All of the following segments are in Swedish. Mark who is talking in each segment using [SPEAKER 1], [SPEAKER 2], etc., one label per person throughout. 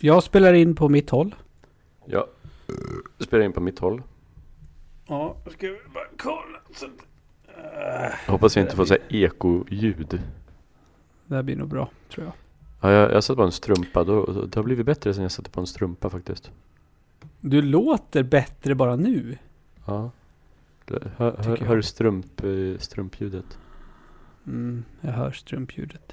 [SPEAKER 1] Jag spelar in på mitt håll.
[SPEAKER 2] Jag spelar in på mitt håll.
[SPEAKER 1] Ja, ska vi bara kolla. Så...
[SPEAKER 2] Hoppas jag inte får säga ekoljud.
[SPEAKER 1] Det här blir nog bra, tror jag.
[SPEAKER 2] Ja, jag, jag satte på en strumpa. Då, det har blivit bättre sen jag satte på en strumpa faktiskt.
[SPEAKER 1] Du låter bättre bara nu.
[SPEAKER 2] Ja. Hör, hör,
[SPEAKER 1] Tycker jag.
[SPEAKER 2] hör du strump, eh, strumpljudet?
[SPEAKER 1] Mm, jag hör strumpljudet.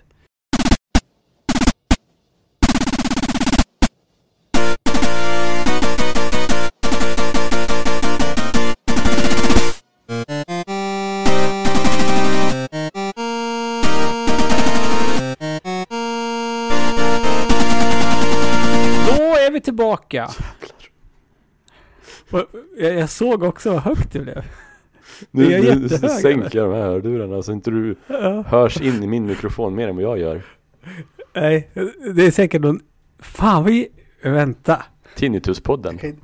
[SPEAKER 1] Då är vi tillbaka! Och Jag jag såg också vad högt det blev.
[SPEAKER 2] Nu,
[SPEAKER 1] Det är
[SPEAKER 2] nu
[SPEAKER 1] jättehöga.
[SPEAKER 2] sänker jag de här hörlurarna så inte du
[SPEAKER 1] Ja.
[SPEAKER 2] hörs in i min mikrofon mer än vad jag gör.
[SPEAKER 1] Nej, det är säkert någon... Fan vad... Vänta.
[SPEAKER 2] Tinnituspodden.
[SPEAKER 1] kan inte...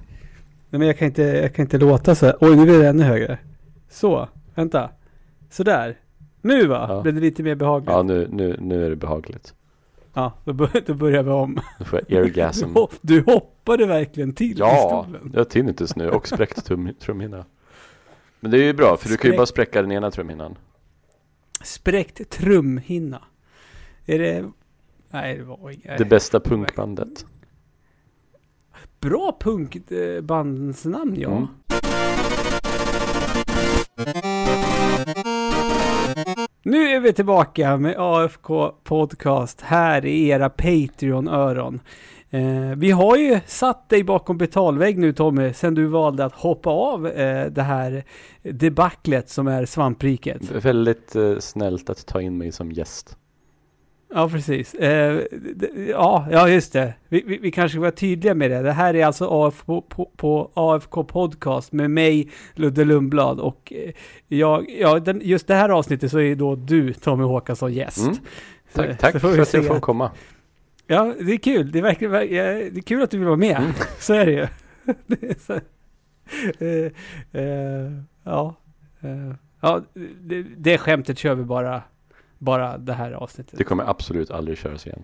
[SPEAKER 1] Nej men jag kan inte, jag kan inte låta så här. Oj, nu blir det ännu högre. Så, vänta. Sådär. Nu va?
[SPEAKER 2] Ja.
[SPEAKER 1] Blev det lite mer behagligt?
[SPEAKER 2] Ja,
[SPEAKER 1] Ja,
[SPEAKER 2] nu, nu, nu är det behagligt.
[SPEAKER 1] då, bör, då börjar vi om.
[SPEAKER 2] Nu får jag airgasm.
[SPEAKER 1] Du, hop- du hoppade verkligen till
[SPEAKER 2] Ja,
[SPEAKER 1] i stolen.
[SPEAKER 2] jag har tinnitus nu och spräckt tum, trumhinna. Men det är ju bra, för du kan ju
[SPEAKER 1] Spräck-
[SPEAKER 2] bara spräcka den ena trumhinnan.
[SPEAKER 1] Spräckt trumhinna. Är det... Nej, det var inget.
[SPEAKER 2] Det bästa punkbandet.
[SPEAKER 1] Bra punkbandsnamn ja.
[SPEAKER 2] Mm.
[SPEAKER 1] Nu är vi tillbaka med AFK Podcast här i era Patreon-öron. Eh, vi har ju satt dig bakom betalvägg nu Tommy, sen du valde att hoppa av eh, det här debaclet som är svampriket.
[SPEAKER 2] V- Väldigt eh, snällt att ta in mig som gäst.
[SPEAKER 1] Ja, precis. Eh, d- ja, ja, just det. Vi, vi, vi kanske ska vara tydliga med det. Det här är alltså AFK, på, på AFK Podcast med mig, Ludde Lundblad. Och eh, jag, ja, den, just det här avsnittet så är ju då du, Tommy Håkansson, gäst.
[SPEAKER 2] Mm.
[SPEAKER 1] Så-
[SPEAKER 2] Tack, tack
[SPEAKER 1] så får vi
[SPEAKER 2] för att jag
[SPEAKER 1] se.
[SPEAKER 2] får komma.
[SPEAKER 1] Ja, det är kul. Det är, verkligen, verk- eh, det är kul att du vill vara med.
[SPEAKER 2] Mm.
[SPEAKER 1] Så är det ju. Det är så, eh, eh, ja, eh, ja det, det skämtet kör vi bara, bara det här avsnittet.
[SPEAKER 2] Det kommer absolut aldrig köras igen.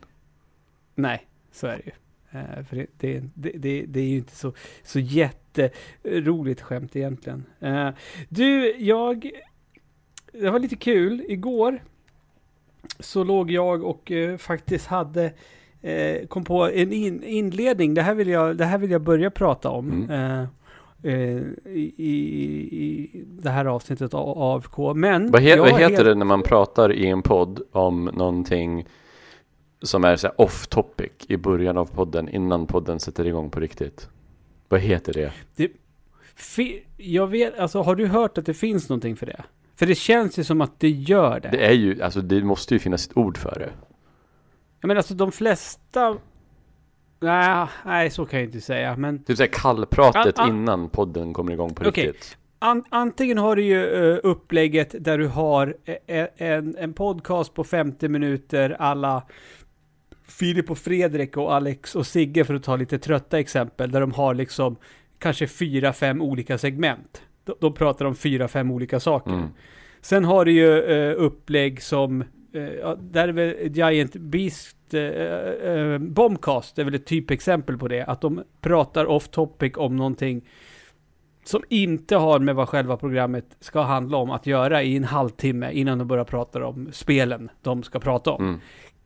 [SPEAKER 1] Nej, så är det ju. Eh, för det, det, det, det, det är ju inte så, så jätteroligt skämt egentligen. Eh, du, jag... Det var lite kul. Igår så låg jag och eh, faktiskt hade... Eh, kom på en in, inledning. Det här, vill jag, det här vill jag börja prata om.
[SPEAKER 2] Mm.
[SPEAKER 1] Eh, eh, i, i, I det här avsnittet av AFK. Men...
[SPEAKER 2] Vad, he-
[SPEAKER 1] jag
[SPEAKER 2] vad
[SPEAKER 1] är
[SPEAKER 2] heter det när man pratar i en podd om någonting som är så här off topic i början av podden innan podden sätter igång på riktigt? Vad heter det?
[SPEAKER 1] Fi- jag vet, alltså har du hört att det finns någonting för det? För det känns ju som att det gör det.
[SPEAKER 2] Det är ju, alltså det måste ju finnas ett ord för det.
[SPEAKER 1] Jag menar alltså de flesta... Nej, nej, så kan jag inte säga. Men
[SPEAKER 2] Typ såhär kallpratet
[SPEAKER 1] Ah, ah.
[SPEAKER 2] innan podden kommer igång på
[SPEAKER 1] Okej.
[SPEAKER 2] riktigt.
[SPEAKER 1] an- antingen har du ju eh, upplägget där du har eh, eh, en, en podcast på 50 minuter alla Filip och Fredrik och Alex och Sigge för att ta lite trötta exempel. Där de har liksom kanske fyra, fem olika segment. De, de pratar om fyra, fem olika saker.
[SPEAKER 2] Mm.
[SPEAKER 1] Sen har du ju eh, upplägg som, eh, ja, där är väl Giant Beast, eh, eh, Bombcast är väl ett typexempel på det, att de pratar off topic om någonting som inte har med vad själva programmet ska handla om att göra i en halvtimme innan de börjar prata om spelen de ska prata om
[SPEAKER 2] Mm.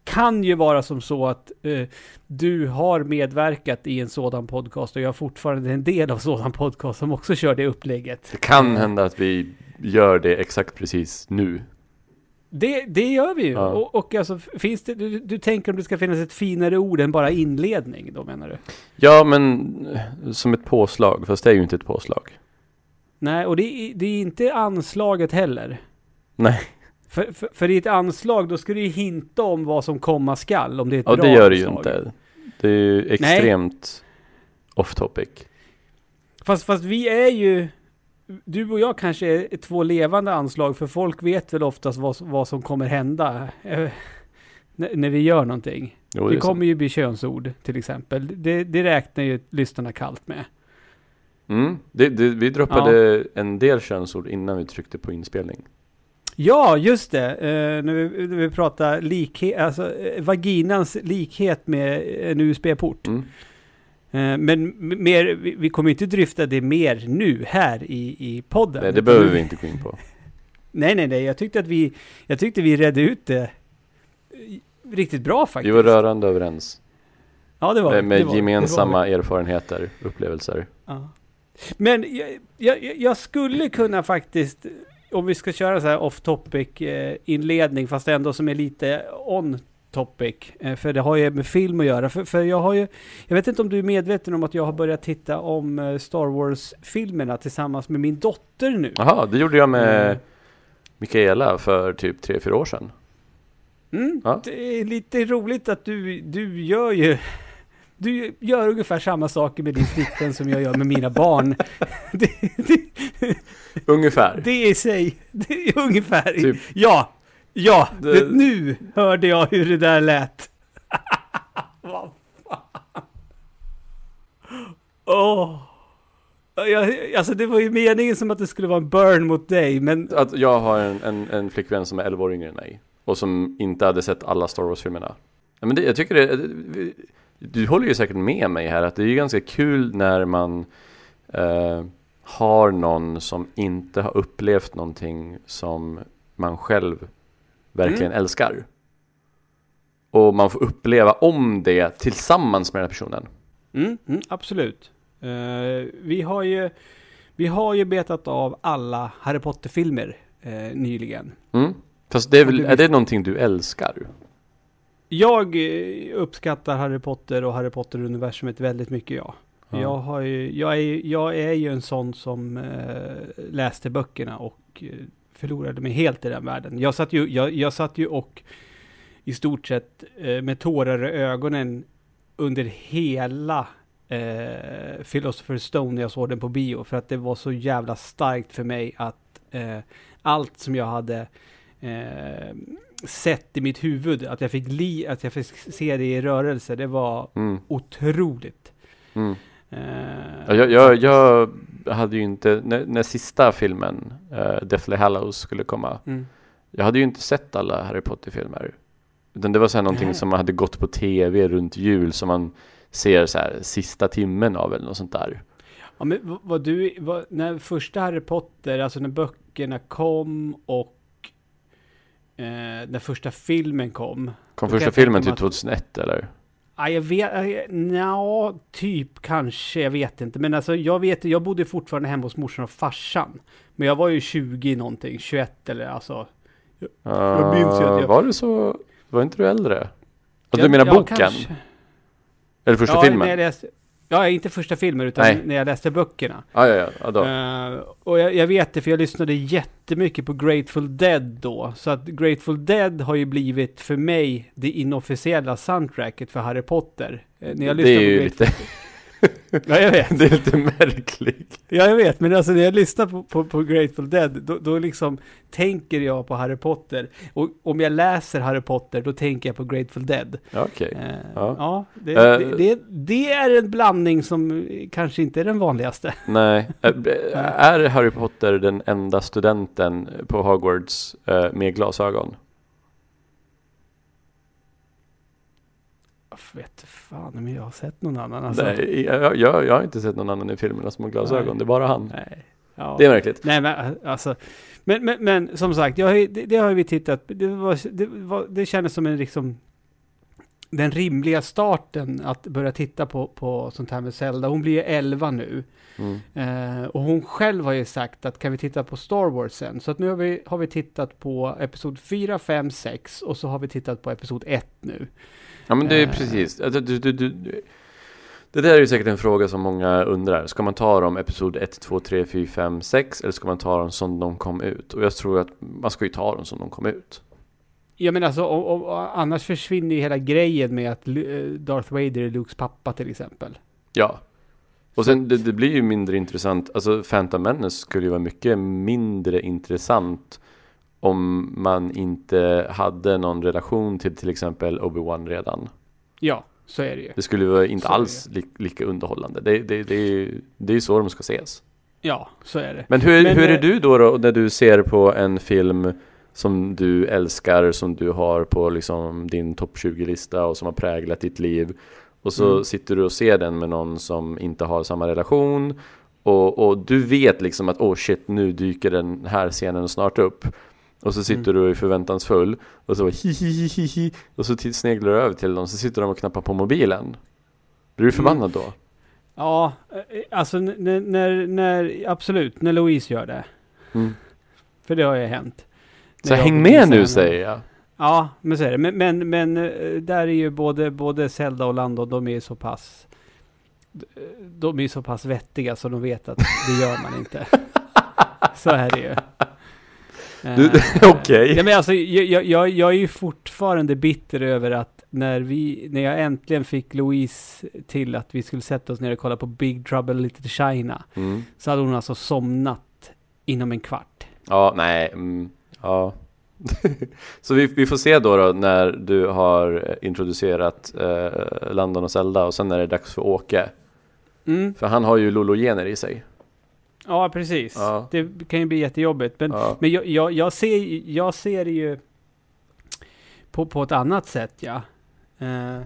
[SPEAKER 1] kan ju vara som så att eh, du har medverkat i en sådan podcast och jag är fortfarande en del av sådan podcast som också kör det upplägget.
[SPEAKER 2] Det kan hända att vi gör det exakt precis nu.
[SPEAKER 1] Det, det gör vi ju.
[SPEAKER 2] Ja.
[SPEAKER 1] Och, och alltså, finns det, du, du tänker om det ska finnas ett finare ord än bara inledning då menar du?
[SPEAKER 2] Ja, men eh, som ett påslag, fast det är ju inte ett påslag.
[SPEAKER 1] Nej, och det, är- det är inte anslaget heller.
[SPEAKER 2] Nej.
[SPEAKER 1] För, för, för i ett anslag då ska du ju hinta om vad som komma skall om det är ett
[SPEAKER 2] Ja,
[SPEAKER 1] bra
[SPEAKER 2] det gör det ju
[SPEAKER 1] anslag.
[SPEAKER 2] inte. Det är ju extremt off topic.
[SPEAKER 1] Fast, fast vi är ju... Du och jag kanske är två levande anslag, för folk vet väl oftast vad, som- vad som kommer hända eh, när, när vi gör någonting.
[SPEAKER 2] Jo,
[SPEAKER 1] det
[SPEAKER 2] är sant.
[SPEAKER 1] kommer ju bli könsord, till exempel. Det, det räknar ju lyssnarna kallt med.
[SPEAKER 2] Mm. Det, det, vi droppade en del könsord innan vi tryckte på inspelning.
[SPEAKER 1] Ja, just det. Eh, när, vi, när vi pratar likhet, alltså eh, vaginans likhet med eh, en USB-port.
[SPEAKER 2] Mm.
[SPEAKER 1] Eh, men m- mer, vi, vi kommer inte dryfta det mer nu här i, i podden.
[SPEAKER 2] Nej, det behöver vi inte gå in på.
[SPEAKER 1] Nej, nej, nej. Jag tyckte att vi, jag tyckte vi redde ut det eh, riktigt bra
[SPEAKER 2] Vi
[SPEAKER 1] faktiskt.
[SPEAKER 2] var rörande överens.
[SPEAKER 1] ja, det var vi.
[SPEAKER 2] Med,
[SPEAKER 1] Det var vi. Det var
[SPEAKER 2] med
[SPEAKER 1] vi.
[SPEAKER 2] gemensamma erfarenheter, upplevelser.
[SPEAKER 1] Ja. Men jag, jag, jag- jag skulle kunna faktiskt, om vi ska köra så här off topic eh, inledning, fast ändå som är lite on topic, eh, för det har ju med film att göra. För, för jag har ju, jag vet inte om du är medveten om att jag har börjat titta om eh, Star Wars-filmerna tillsammans med min dotter nu.
[SPEAKER 2] Jaha, det gjorde jag med
[SPEAKER 1] Mm.
[SPEAKER 2] Mikaela för typ tre fyra år sedan.
[SPEAKER 1] Mm,
[SPEAKER 2] Ja.
[SPEAKER 1] Det är lite roligt att du, du gör ju du gör ungefär samma saker med din flickvän som jag gör med mina barn. Det, det,
[SPEAKER 2] Ungefär.
[SPEAKER 1] Det i sig, det är ungefär.
[SPEAKER 2] Typ.
[SPEAKER 1] Ja, ja,
[SPEAKER 2] Det-
[SPEAKER 1] det, nu hörde jag hur det där lät. Vad fan. Åh. Jag, alltså det var ju meningen som att det skulle vara en burn mot dig, men
[SPEAKER 2] Att jag har en, en, en flickvän som är 11 år yngre än mig. Och som inte hade sett alla Star Wars-filmerna. Ja, Men det, jag tycker det, eh, vi- du håller ju säkert med mig här att det är ju ganska kul när man eh, har någon som inte har upplevt någonting som man själv verkligen älskar. Och man får uppleva om det tillsammans med den här personen.
[SPEAKER 1] Mm, mm, absolut. Eh, vi, har ju, vi har ju betat av alla Harry Potter-filmer eh, nyligen.
[SPEAKER 2] Mm. Fast det är, väl,
[SPEAKER 1] Och det-
[SPEAKER 2] är det någonting du älskar?
[SPEAKER 1] Jag eh, uppskattar Harry Potter och Harry Potter-universumet väldigt mycket, ja.
[SPEAKER 2] Ja.
[SPEAKER 1] Jag, har ju, jag, är, ju- jag är ju en sån som eh, läste böckerna och eh, förlorade mig helt i den världen. Jag satt ju, jag, jag satt ju och i stort sett eh, med tårar i ögonen under hela eh, Philosopher's Stone när jag såg den på bio. För att det var så jävla starkt för mig att eh, allt som jag hade eh, sett i mitt huvud, att jag, fick li, att jag fick se det i rörelse, det var
[SPEAKER 2] Mm.
[SPEAKER 1] otroligt.
[SPEAKER 2] Mm.
[SPEAKER 1] Eh,
[SPEAKER 2] Ja, Jag, jag, jag hade ju inte, när, när sista filmen, eh, Deathly Hallows, skulle komma,
[SPEAKER 1] Mm.
[SPEAKER 2] jag hade ju inte sett alla Harry Potter-filmer. Utan det var så här någonting
[SPEAKER 1] Nej.
[SPEAKER 2] som hade gått på tv runt jul som man ser så här sista timmen av eller något sånt där.
[SPEAKER 1] Ja, men v- vad du, vad, när första Harry Potter, alltså när böckerna kom och eh, när första filmen kom.
[SPEAKER 2] Kom
[SPEAKER 1] Då kan
[SPEAKER 2] första
[SPEAKER 1] jag tänka
[SPEAKER 2] filmen
[SPEAKER 1] mig
[SPEAKER 2] till
[SPEAKER 1] att-
[SPEAKER 2] 2001 eller?
[SPEAKER 1] Ja, jag vet, ja, typ kanske, jag vet inte. Men alltså jag vet, jag bodde fortfarande hemma hos morsan och farsan. Men jag var ju 20 någonting, 21 eller alltså. Jag minns ju att
[SPEAKER 2] Eh,
[SPEAKER 1] jag-
[SPEAKER 2] Var det så? Var inte du äldre? Alltså
[SPEAKER 1] Jag-
[SPEAKER 2] du menar
[SPEAKER 1] ja,
[SPEAKER 2] boken?
[SPEAKER 1] kanske.
[SPEAKER 2] Eller första
[SPEAKER 1] ja,
[SPEAKER 2] filmen?
[SPEAKER 1] När jag läste, ja, inte första filmen utan
[SPEAKER 2] Nej.
[SPEAKER 1] när jag läste böckerna.
[SPEAKER 2] Ja, ja, ja. ja då.
[SPEAKER 1] Eh, och jag, jag vet det för jag lyssnade jättemycket på Grateful Dead då. Så att Grateful Dead har ju blivit för mig det inofficiella soundtracket för Harry Potter. Eh, när jag
[SPEAKER 2] det
[SPEAKER 1] lyssnar
[SPEAKER 2] är ju
[SPEAKER 1] på Grateful...
[SPEAKER 2] lite,
[SPEAKER 1] Ja, jag vet.
[SPEAKER 2] det är lite märkligt.
[SPEAKER 1] Ja, jag vet. Men alltså när jag lyssnar på, på, på Grateful Dead, då, då liksom tänker jag på Harry Potter. Och om jag läser Harry Potter, då tänker jag på Grateful Dead.
[SPEAKER 2] Ja, Okej.
[SPEAKER 1] Eh,
[SPEAKER 2] Ja.
[SPEAKER 1] ja, det,
[SPEAKER 2] Eh.
[SPEAKER 1] det, det, det är en blandning som eh, kanske inte är den vanligaste.
[SPEAKER 2] Nej. Ä- b- Är Harry Potter den enda studenten på Hogwarts eh, med glasögon?
[SPEAKER 1] Jag vet fan om jag har sett någon annan. Alltså.
[SPEAKER 2] Nej, jag, jag, jag har inte sett någon annan i filmerna som har glasögon.
[SPEAKER 1] Nej.
[SPEAKER 2] Det är bara han.
[SPEAKER 1] Nej. Ja.
[SPEAKER 2] Det är märkligt.
[SPEAKER 1] Nej men alltså, men, men, men som sagt, jag, har ju- det, det har vi tittat, det, var, det, var, det kändes som en liksom den rimliga starten att börja titta på, på sånt här med Zelda. Hon blir ju 11 nu.
[SPEAKER 2] Mm.
[SPEAKER 1] Eh, och hon själv har ju sagt att kan vi titta på Star Wars sen? Så att nu har vi, har vi tittat på Episod 4, 5, 6 och så har vi tittat på Episod 1 nu.
[SPEAKER 2] Ja, men det är
[SPEAKER 1] Eh.
[SPEAKER 2] precis. Alltså, Du, du, du, du. Det där är ju säkert en fråga som många undrar. Ska man ta dem episod 1, 2, 3, 4, 5, 6 eller ska man ta dem som de kom ut? Och jag tror att man ska ju ta dem som de kom ut.
[SPEAKER 1] Jag menar alltså, och, och, och, annars försvinner ju hela grejen med att Lu- eh, Darth Vader är Lukes pappa till exempel.
[SPEAKER 2] Ja. Och sen det, det blir ju mindre intressant. Alltså Phantom Menace skulle ju vara mycket mindre intressant om man inte hade någon relation till till exempel Obi-Wan redan.
[SPEAKER 1] Ja, så är det ju.
[SPEAKER 2] Det skulle ju vara inte
[SPEAKER 1] Så är det.
[SPEAKER 2] alls li, lika underhållande. Det, det, det, är ju, det är ju så de ska ses.
[SPEAKER 1] Ja, så är det.
[SPEAKER 2] Men hur,
[SPEAKER 1] Men,
[SPEAKER 2] hur är
[SPEAKER 1] eh,
[SPEAKER 2] du då, då när du ser på en film som du älskar, som du har på liksom din topp 20-lista och som har präglat ditt liv. Och så
[SPEAKER 1] Mm.
[SPEAKER 2] sitter du och ser den med någon som inte har samma relation. Och, och du vet liksom att oh shit, nu dyker den här scenen snart upp. Och så sitter
[SPEAKER 1] Mm.
[SPEAKER 2] du och är förväntansfull och så hi, hi, hi, hi, hi. Och så till- sneglar du över till dem, så sitter de och knappar på mobilen.
[SPEAKER 1] Mm.
[SPEAKER 2] Blir du förbannad då?
[SPEAKER 1] Ja, eh, alltså n- n- när, när, absolut, när Louise gör det.
[SPEAKER 2] Mm.
[SPEAKER 1] För det har ju hänt.
[SPEAKER 2] Så
[SPEAKER 1] När jag
[SPEAKER 2] häng
[SPEAKER 1] går till
[SPEAKER 2] med nu
[SPEAKER 1] scenen.
[SPEAKER 2] säger jag.
[SPEAKER 1] Ja, men så är det. Men, men, men eh, där är ju både, både Zelda och Lando, de är ju så pass... De är ju så pass vettiga så de vet att det gör man inte. Så är det ju.
[SPEAKER 2] Du-
[SPEAKER 1] Eh,
[SPEAKER 2] okej.
[SPEAKER 1] Nej, men alltså, jag, jag- jag, jag är ju fortfarande bitter över att när, vi, när jag äntligen fick Louise till att vi skulle sätta oss ner och kolla på Big Trouble Little China
[SPEAKER 2] Mm.
[SPEAKER 1] så hade hon alltså somnat inom en kvart.
[SPEAKER 2] Ja, nej, mm, ja. så vi, vi får se då, då när du har introducerat eh, Landon och Zelda och sen är det dags för Åke.
[SPEAKER 1] Mm.
[SPEAKER 2] För han har ju Lologener i sig.
[SPEAKER 1] Ja, precis.
[SPEAKER 2] Ja.
[SPEAKER 1] Det kan ju bli jättejobbigt. Men
[SPEAKER 2] Ja.
[SPEAKER 1] Men jag, jag, jag, ser, jag ser det ju på, på ett annat sätt, ja. Eh,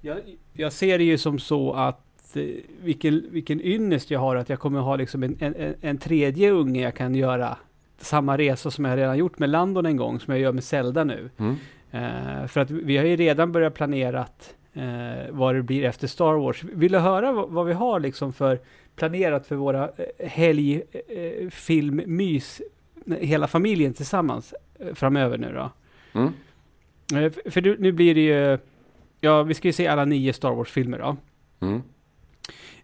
[SPEAKER 1] jag, jag ser det ju som så att eh, vilken, vilken ynnest jag har att jag kommer ha liksom en, en, en- en tredje unge jag kan göra samma resa som jag redan gjort med Landon en gång, som jag gör med Zelda nu.
[SPEAKER 2] Mm.
[SPEAKER 1] Eh, för att vi har ju redan börjat planera att, eh, vad det blir efter Star Wars. Vill du höra vad, vad vi har liksom för planerat för våra eh, helg, eh, film, mys, hela familjen tillsammans eh, framöver nu då?
[SPEAKER 2] Mm.
[SPEAKER 1] Eh, f- för du, nu blir det ju, ja vi ska ju se alla nio Star Wars-filmer då.
[SPEAKER 2] Mm.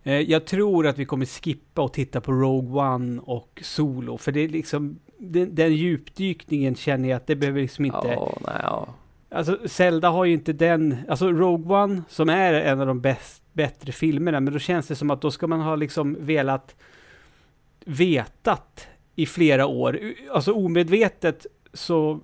[SPEAKER 1] Eh, jag tror att vi kommer skippa och titta på Rogue One och Solo, för det är liksom, den, den djupdykningen känner jag att det behöver liksom inte
[SPEAKER 2] Ja, nej, ja.
[SPEAKER 1] Alltså Zelda har ju inte den, alltså Rogue One som är en av de bäst, bättre filmerna, men då känns det som att då ska man ha liksom velat vetat i flera år. U- Alltså omedvetet så,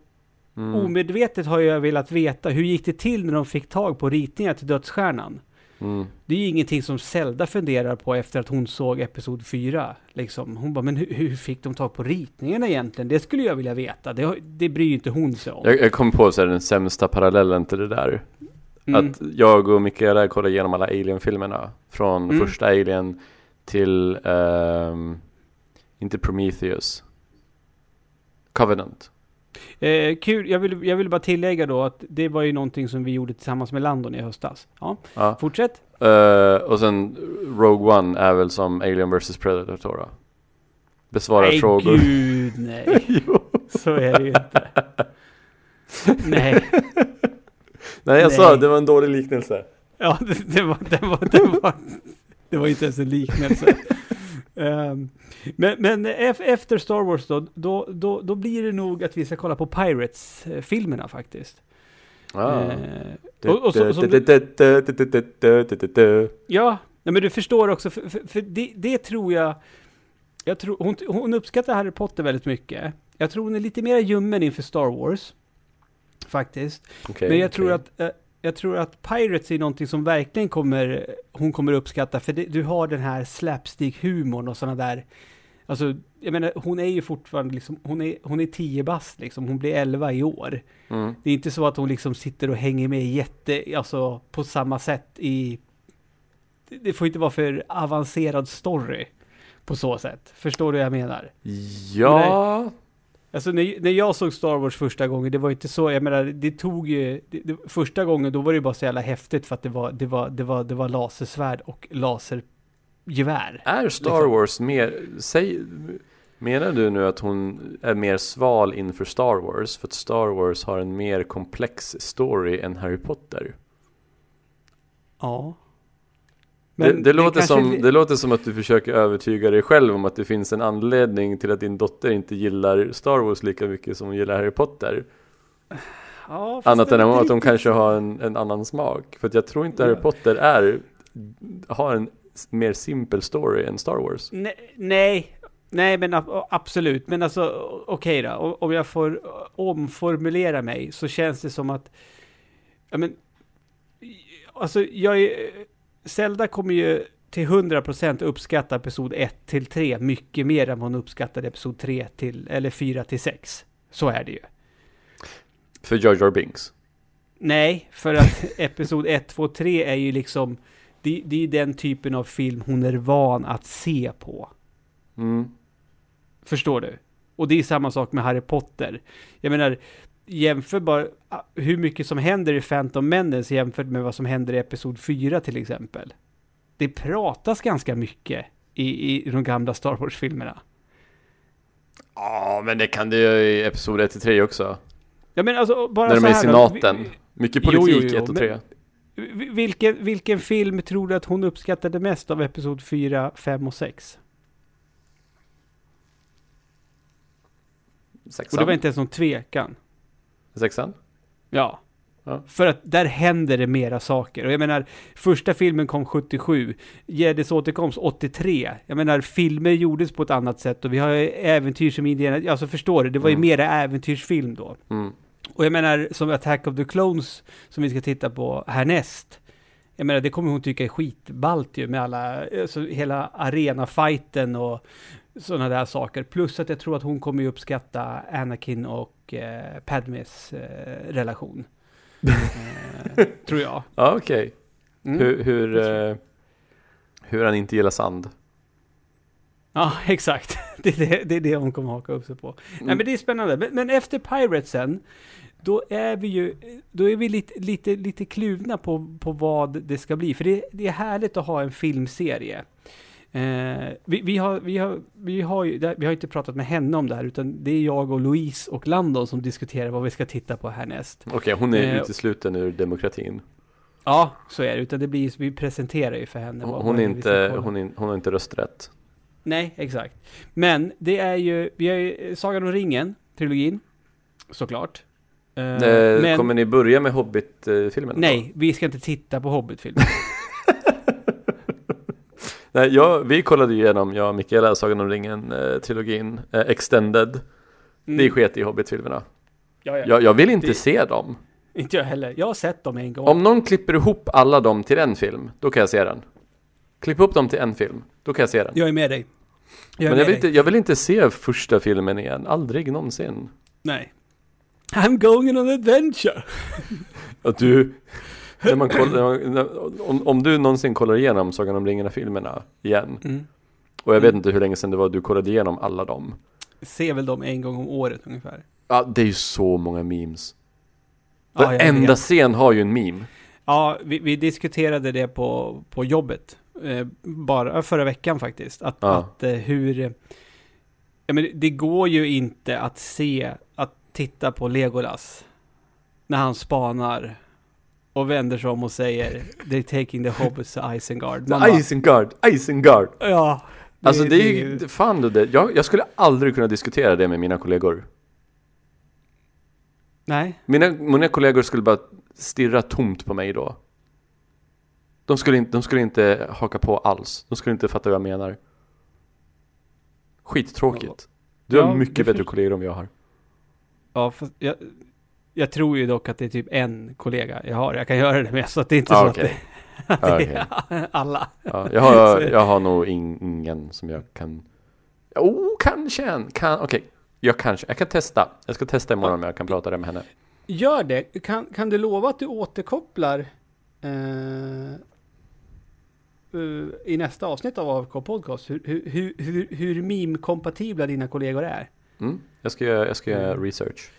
[SPEAKER 2] Mm.
[SPEAKER 1] omedvetet har jag velat veta hur gick det till när de fick tag på ritningar till Dödsstjärnan?
[SPEAKER 2] Mm.
[SPEAKER 1] Det är ju ingenting som Zelda funderar på efter att hon såg Episod 4. Liksom. Hon bara, men hur, hur fick de tag på ritningarna egentligen? Det skulle jag vilja veta. Det, har- det bryr ju inte hon sig om.
[SPEAKER 2] Jag, jag kom på så här, den sämsta parallellen till det där.
[SPEAKER 1] Mm.
[SPEAKER 2] Att jag och Mikaela kollade igenom alla Alien-filmerna. Från
[SPEAKER 1] Mm.
[SPEAKER 2] första Alien till, ehm, inte Prometheus, Covenant.
[SPEAKER 1] Eh, kul, jag vill, jag vill bara tillägga då att det var ju någonting som vi gjorde tillsammans med Landon i höstas. Ja,
[SPEAKER 2] Ja.
[SPEAKER 1] fortsätt.
[SPEAKER 2] Eh, och sen Rogue One är väl som Alien vs Predator tror jag. Besvara
[SPEAKER 1] nej,
[SPEAKER 2] frågor.
[SPEAKER 1] gud nej.
[SPEAKER 2] Jo.
[SPEAKER 1] Så är det ju inte. nej,
[SPEAKER 2] Nej jag
[SPEAKER 1] Nej.
[SPEAKER 2] sa det var en dålig liknelse.
[SPEAKER 1] ja, det, det, var, det, var, det, var, det var inte ens en liknelse. Ehm, men men ef- efter Star Wars då, då, då, då blir det nog att vi ska kolla på Pirates-filmerna faktiskt.
[SPEAKER 2] Ah.
[SPEAKER 1] Eh, och- och så- som du- Ja, nej, men du förstår också, för, för, för det, det tror jag... jag tror, hon, hon uppskattar Harry Potter väldigt mycket. Jag tror hon är lite mer ljummen inför Star Wars, faktiskt.
[SPEAKER 2] Okej,
[SPEAKER 1] men jag tror
[SPEAKER 2] okej.
[SPEAKER 1] att... Eh, jag tror att Pirates är någonting som verkligen kommer, hon kommer uppskatta, för det, du har den här slapstick-humorn och sådana där, alltså, jag menar, hon är ju fortfarande liksom, hon är, hon är 10 bast liksom, hon blir 11 i år.
[SPEAKER 2] Mm.
[SPEAKER 1] Det är inte så att hon liksom sitter och hänger med jätte, alltså på samma sätt i... Det- Det får inte vara för avancerad story på så sätt. Förstår du vad jag menar?
[SPEAKER 2] Ja.
[SPEAKER 1] Alltså när, när jag såg Star Wars första gången, det var inte så, jag menar, det tog ju... Det, det, första gången, då var det bara så jävla häftigt för att det var, det var, det var, det var lasersvärd och lasergevär.
[SPEAKER 2] Är Star
[SPEAKER 1] Liksom.
[SPEAKER 2] Wars mer, säg, menar du nu att hon är mer sval inför Star Wars? För att Star Wars har en mer komplex story än Harry Potter?
[SPEAKER 1] Ja.
[SPEAKER 2] det, det, låter
[SPEAKER 1] kanske
[SPEAKER 2] som,
[SPEAKER 1] li-
[SPEAKER 2] det låter som att du försöker övertyga dig själv om att det finns en anledning till att din dotter inte gillar Star Wars lika mycket som hon gillar Harry Potter.
[SPEAKER 1] Ja, fast
[SPEAKER 2] Annat
[SPEAKER 1] det
[SPEAKER 2] än
[SPEAKER 1] är inte
[SPEAKER 2] att de
[SPEAKER 1] riktigt-
[SPEAKER 2] kanske har en, en annan smak. För att jag tror inte Harry
[SPEAKER 1] Ja.
[SPEAKER 2] Potter är, har en s- mer simpel story än Star Wars.
[SPEAKER 1] Nej, nej, nej men ab- absolut. Men alltså, o- okej då. O- Om jag får eh, omformulera mig så känns det som att... Ja, men, i- alltså, jag är, Zelda kommer ju till 100% uppskatta episod 1 till 3 mycket mer än vad hon uppskattade episod 3 till, eller 4 till 6. Så är det ju.
[SPEAKER 2] För Jar Jar Binks.
[SPEAKER 1] Nej, för att Episod 1, 2, 3 är ju liksom... Det, det är ju den typen av film hon är van att se på.
[SPEAKER 2] Mm.
[SPEAKER 1] Förstår du? Och det är samma sak med Harry Potter. Jag menar, jämför bara ah, hur mycket som händer i Phantom Menace jämfört med vad som händer i Episod 4 till exempel. Det pratas ganska mycket i, i de gamla Star Wars-filmerna.
[SPEAKER 2] Ja, men det kan det ju i Episod 1 till 3 också.
[SPEAKER 1] Ja, men alltså, bara
[SPEAKER 2] När
[SPEAKER 1] så
[SPEAKER 2] de är i
[SPEAKER 1] här då. Vi-
[SPEAKER 2] senaten. Mycket
[SPEAKER 1] Jo, jo,
[SPEAKER 2] politik
[SPEAKER 1] jo,
[SPEAKER 2] 1 och
[SPEAKER 1] men-
[SPEAKER 2] 3.
[SPEAKER 1] vi- Vilken, vilken film tror du att hon uppskattade mest av Episod 4, 5 och 6? Och det var
[SPEAKER 2] Sexan?
[SPEAKER 1] inte ens någon tvekan.
[SPEAKER 2] Sexan?
[SPEAKER 1] Ja.
[SPEAKER 2] Ja.
[SPEAKER 1] För att där händer det mera saker. Och jag menar, första filmen kom 77, Gäddes återkomst 83. Jag menar, filmer gjordes på ett annat sätt och vi har ju äventyr som Indiana... Alltså förstår du, det var ju
[SPEAKER 2] Mm.
[SPEAKER 1] mera äventyrsfilm då.
[SPEAKER 2] Mm.
[SPEAKER 1] Och jag menar, som Attack of the Clones, som vi ska titta på härnäst. Jag menar, det kommer hon tycka är skitballt ju med alla, alltså hela arenafighten och sådana där saker. Plus att jag tror att hon kommer ju uppskatta Anakin och eh, Padmes eh, relation. eh, tror jag.
[SPEAKER 2] Ja, okej.
[SPEAKER 1] Mm.
[SPEAKER 2] Hur, hur,
[SPEAKER 1] Det tror
[SPEAKER 2] eh, hur han inte gillar sand.
[SPEAKER 1] Ja, exakt. Det är det, det är det hon kommer haka upp sig på. Nej, men det är spännande. Men, men efter Piratesen, då är vi ju då är vi lite, lite, lite kluvna på, på vad det ska bli. För det, det är härligt att ha en filmserie. Eh, vi, vi, har, vi, har, vi, har ju, där- vi har inte pratat med henne om det här, utan det är jag och Louise och Landon som diskuterar vad vi ska titta på härnäst.
[SPEAKER 2] Mm. Okej, hon är
[SPEAKER 1] Eh,
[SPEAKER 2] utesluten ur demokratin.
[SPEAKER 1] Ja, så är det. Utan det blir, vi presenterar ju för henne. vad-
[SPEAKER 2] Hon,
[SPEAKER 1] vad
[SPEAKER 2] hon,
[SPEAKER 1] det
[SPEAKER 2] är
[SPEAKER 1] är vi ska
[SPEAKER 2] inte,
[SPEAKER 1] kolla på.
[SPEAKER 2] hon, är, hon har inte rösträtt.
[SPEAKER 1] Nej, exakt. Men det är ju, vi har ju eh, Sagan om ringen, trilogin, såklart. Eh,
[SPEAKER 2] Eh,
[SPEAKER 1] men-
[SPEAKER 2] Kommer ni börja med Hobbit-filmen?
[SPEAKER 1] Nej, vi ska inte titta på Hobbit-filmen.
[SPEAKER 2] Nej, jag, vi kollade ju igenom, jag och Mikaela, Sagan om ringen-trilogin, eh, Extended. Ni sket i Hobbit-filmerna.
[SPEAKER 1] Ja, ja.
[SPEAKER 2] Jag, jag vill inte
[SPEAKER 1] Mm. Det-
[SPEAKER 2] se dem.
[SPEAKER 1] Inte jag heller. Jag har sett dem en gång.
[SPEAKER 2] Om någon klipper ihop alla dem till en film, då kan jag se den. Klipp ihop dem till en film, då kan jag se den.
[SPEAKER 1] Jag är med dig. Jag är
[SPEAKER 2] Men
[SPEAKER 1] med
[SPEAKER 2] jag vill,
[SPEAKER 1] dig.
[SPEAKER 2] inte, jag vill inte se första filmen igen, aldrig någonsin.
[SPEAKER 1] Nej. I'm going on an adventure.
[SPEAKER 2] Att du, när man kollar, när man- när- om, om du någonsin kollar igenom Sagan om ringarna-filmerna igen,
[SPEAKER 1] Mm.
[SPEAKER 2] och jag vet
[SPEAKER 1] Mm.
[SPEAKER 2] inte hur länge sedan det var du kollade igenom alla dem.
[SPEAKER 1] Ser väl dem en gång om året ungefär.
[SPEAKER 2] Ja, det är ju så många memes.
[SPEAKER 1] Ja, jag
[SPEAKER 2] Varenda
[SPEAKER 1] vet.
[SPEAKER 2] scen har ju en meme.
[SPEAKER 1] Ja, vi, vi diskuterade det på, på jobbet. Eh, bara förra veckan faktiskt. Att,
[SPEAKER 2] Ja.
[SPEAKER 1] att eh, hur... eh, Ja, men det går ju inte att se, att titta på Legolas. När han spanar. Och vänder sig om och säger They're taking the hobbits to Isengard. Man bara,
[SPEAKER 2] Isengard, Isengard!
[SPEAKER 1] ja.
[SPEAKER 2] Alltså det är ju, fan du det, jag, jag skulle aldrig kunna diskutera det med mina kollegor.
[SPEAKER 1] Nej.
[SPEAKER 2] Mina, mina kollegor skulle bara stirra tomt på mig då. De skulle, inte, de skulle inte haka på alls. De skulle inte fatta vad jag menar. Skittråkigt. Du har
[SPEAKER 1] Ja, det
[SPEAKER 2] mycket
[SPEAKER 1] för-
[SPEAKER 2] bättre kollegor än jag har.
[SPEAKER 1] Ja, fast jag, jag tror ju dock att det är typ en kollega jag har. Jag kan göra det med. Så att det är inte
[SPEAKER 2] Ja,
[SPEAKER 1] så
[SPEAKER 2] Ah, okej. Ah,
[SPEAKER 1] att, det,
[SPEAKER 2] Ja,
[SPEAKER 1] att det är alla.
[SPEAKER 2] Ja, jag, har, jag har nog in, ingen som jag kan... Oh, kanske en! Kan, Okej, jag kanske. Jag kan testa. Jag ska testa imorgon om jag kan prata det med henne.
[SPEAKER 1] Gör det. Kan, kan du lova att du återkopplar eh, eh, i nästa avsnitt av AFK Podcast hur, hur, hur, hur, hur meme-kompatibla dina kollegor är?
[SPEAKER 2] Mm. Jag, ska, göra- jag ska göra
[SPEAKER 1] Mm.
[SPEAKER 2] research.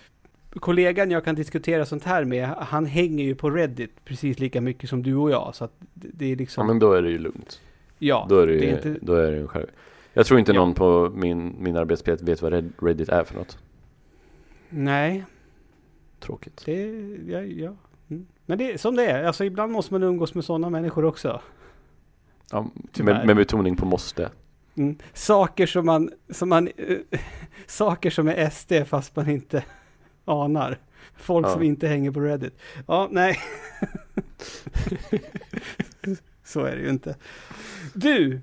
[SPEAKER 1] Kollegan jag kan diskutera sånt här med, han hänger ju på Reddit precis lika mycket som du och jag. Så att det det är
[SPEAKER 2] Ja,
[SPEAKER 1] liksom...
[SPEAKER 2] men då är det ju lugnt.
[SPEAKER 1] Ja,
[SPEAKER 2] Då är det
[SPEAKER 1] det
[SPEAKER 2] ju,
[SPEAKER 1] är inte-
[SPEAKER 2] då är det ju själv. Jag tror inte
[SPEAKER 1] Ja.
[SPEAKER 2] någon på min, min arbetsplats vet vad Red- Reddit är för något.
[SPEAKER 1] nej,
[SPEAKER 2] Tråkigt.
[SPEAKER 1] det... Ja, ja. Mm. Men det är som det är. Alltså ibland måste man umgås med sådana människor också.
[SPEAKER 2] Ja,
[SPEAKER 1] Tyvärr.
[SPEAKER 2] med, med betoning på måste.
[SPEAKER 1] Mm. Saker som man, som man eh, saker som är SD fast man inte anar. Folk
[SPEAKER 2] Ja.
[SPEAKER 1] som inte hänger på Reddit. Ja, nej. Så är det ju inte. Du,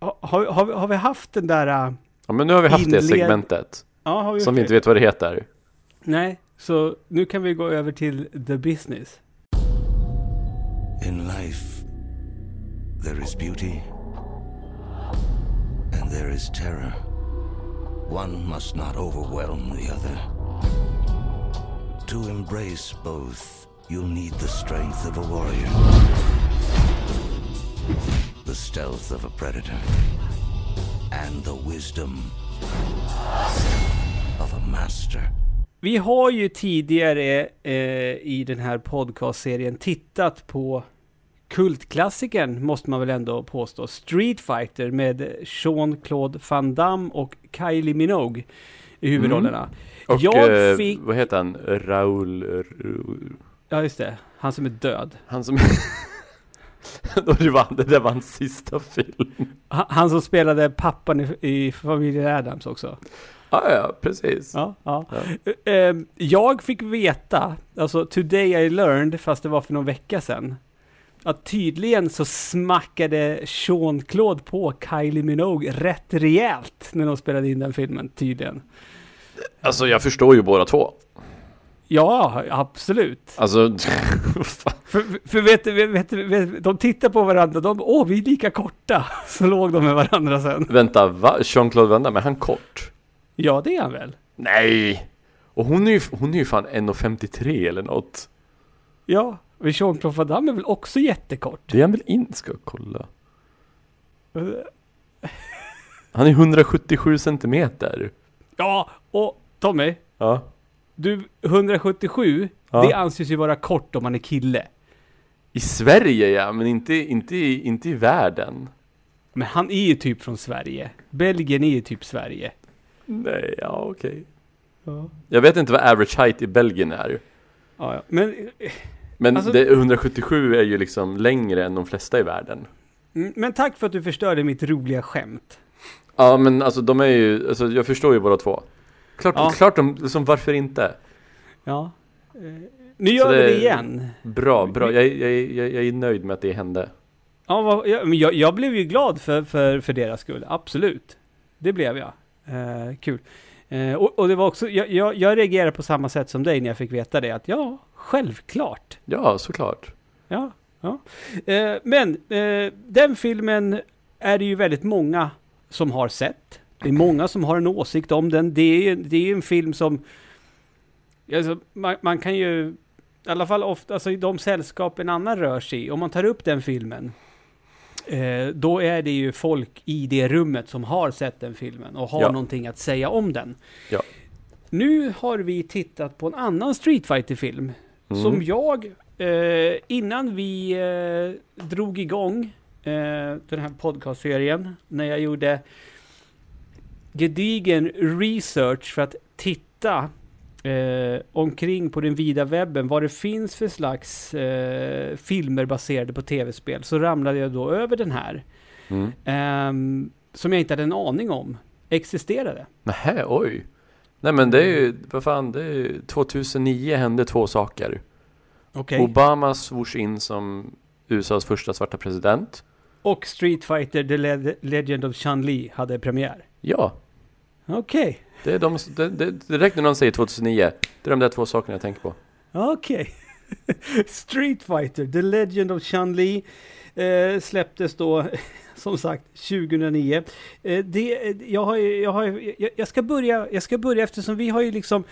[SPEAKER 1] ha- har, har, vi- har vi haft den där... äh,
[SPEAKER 2] Ja, men nu har vi haft
[SPEAKER 1] Inled-
[SPEAKER 2] det segmentet
[SPEAKER 1] Ja, har vi
[SPEAKER 2] som
[SPEAKER 1] gjort
[SPEAKER 2] vi
[SPEAKER 1] det?
[SPEAKER 2] inte vet vad det heter.
[SPEAKER 1] Nej, så nu kan vi gå över till the business.
[SPEAKER 3] In life, there is beauty and there is terror. One must not overwhelm the other. To embrace both, you'll need the strength of a warrior, the stealth of a predator, and the wisdom of a master.
[SPEAKER 1] Vi har ju tidigare eh, i den här podcastserien tittat på kultklassikern, måste man väl ändå påstå, Street Fighter med Jean-Claude Van Damme och Kylie Minogue i huvudrollerna.
[SPEAKER 2] Mm. Och
[SPEAKER 1] Jag
[SPEAKER 2] eh,
[SPEAKER 1] fick-
[SPEAKER 2] vad heter han? Raul... Ru-
[SPEAKER 1] Ja, just det. Han som är död.
[SPEAKER 2] Han som... Då det, var, det där var hans sista film.
[SPEAKER 1] Ha- Han som spelade pappan i, i familjen Adams också.
[SPEAKER 2] Ah, ja, precis.
[SPEAKER 1] Ja, ja. Ehm, Jag fick veta, alltså today I learned, fast det var för någon vecka sedan, att tydligen så smackade Jean-Claude på Kylie Minogue rätt rejält när de spelade in den filmen, tydligen.
[SPEAKER 2] Alltså jag förstår ju båda två.
[SPEAKER 1] Ja, absolut.
[SPEAKER 2] Alltså, fan.
[SPEAKER 1] För, för vet, du- vet, du- vet, du, de tittar på varandra, de, åh vi är lika korta, så låg de med varandra sen.
[SPEAKER 2] vänta, va? Jean-Claude Van Damme, är han kort?
[SPEAKER 1] Ja, det är han väl?
[SPEAKER 2] Nej! Och hon är ju, hon är ju fan 1,53 eller något.
[SPEAKER 1] Ja, men Jean-Claude Van Damme är väl också jättekort?
[SPEAKER 2] Det är han väl inte, ska jag kolla. Han är 177 centimeter.
[SPEAKER 1] Ja, och Tommy,
[SPEAKER 2] Ja.
[SPEAKER 1] Du, 177,
[SPEAKER 2] Ja.
[SPEAKER 1] det anses ju vara kort om man är kille.
[SPEAKER 2] I Sverige ja, men inte, inte, i- inte i världen.
[SPEAKER 1] Men han är ju typ från Sverige. Belgien är ju typ Sverige.
[SPEAKER 2] Nej, ja okej.
[SPEAKER 1] Ja,
[SPEAKER 2] Jag vet inte vad average height i Belgien är.
[SPEAKER 1] ja. Men, eh,
[SPEAKER 2] Men
[SPEAKER 1] Alltså-
[SPEAKER 2] det, 177 är ju liksom längre än de flesta i världen.
[SPEAKER 1] mm, men tack för att du förstörde mitt roliga skämt.
[SPEAKER 2] Ja men alltså de är ju, alltså, jag förstår ju båda två. Klart,
[SPEAKER 1] Ja.
[SPEAKER 2] klart de, liksom, varför inte?
[SPEAKER 1] Ja. Eh, Nu gör
[SPEAKER 2] Så
[SPEAKER 1] vi
[SPEAKER 2] det-
[SPEAKER 1] det igen.
[SPEAKER 2] Bra, bra. Jag, jag, jag, jag är nöjd med att det hände.
[SPEAKER 1] Ja, vad, jag, men jag, jag blev ju glad för, för, för deras skull, absolut. Det blev jag. Eh, kul. Eh, och, och det var också, jag, jag, jag reagerade på samma sätt som dig när jag fick veta det, att ja, självklart.
[SPEAKER 2] Ja, såklart.
[SPEAKER 1] Ja, ja. Eh, men eh, den filmen är det ju väldigt många som har sett. Det är många som har en åsikt om den. Det är ju det är ju en film som... Alltså, man, man kan ju... I alla fall ofta, alltså i de sällskap en annan rör sig i. Om man tar upp den filmen. Eh, då är det ju folk i det rummet som har sett den filmen och har
[SPEAKER 2] Ja.
[SPEAKER 1] någonting att säga om den.
[SPEAKER 2] Ja.
[SPEAKER 1] Nu har vi tittat på en annan Street fighter film
[SPEAKER 2] Mm.
[SPEAKER 1] som jag, eh, innan vi eh, drog igång eh, den här podcastserien, när jag gjorde gedigen research för att titta eh, omkring på den vida webben vad det finns för slags eh, filmer baserade på tv-spel, så ramlade jag då över den här.
[SPEAKER 2] Mm.
[SPEAKER 1] ehm, som jag inte hade en aning om existerade.
[SPEAKER 2] Nähä, oj. Nej men det är ju,
[SPEAKER 1] Mm.
[SPEAKER 2] vad fan, det är ju, 2009 hände två saker.
[SPEAKER 1] Okej.
[SPEAKER 2] Obama svors in som USAs första svarta president.
[SPEAKER 1] Och Street Fighter The Le- Legend of Chun-Li hade premiär.
[SPEAKER 2] Ja,
[SPEAKER 1] Okej.
[SPEAKER 2] det är de, det, det, det räcker när någon säger 2009. Det är de där två sakerna jag tänker på.
[SPEAKER 1] Okej. Street Fighter, The Legend of Chun-Li eh, släpptes då som sagt 2009. Eh, det, eh, jag, har, ju- jag, har, ju- jag, jag, ska börja, jag ska börja eftersom vi har ju liksom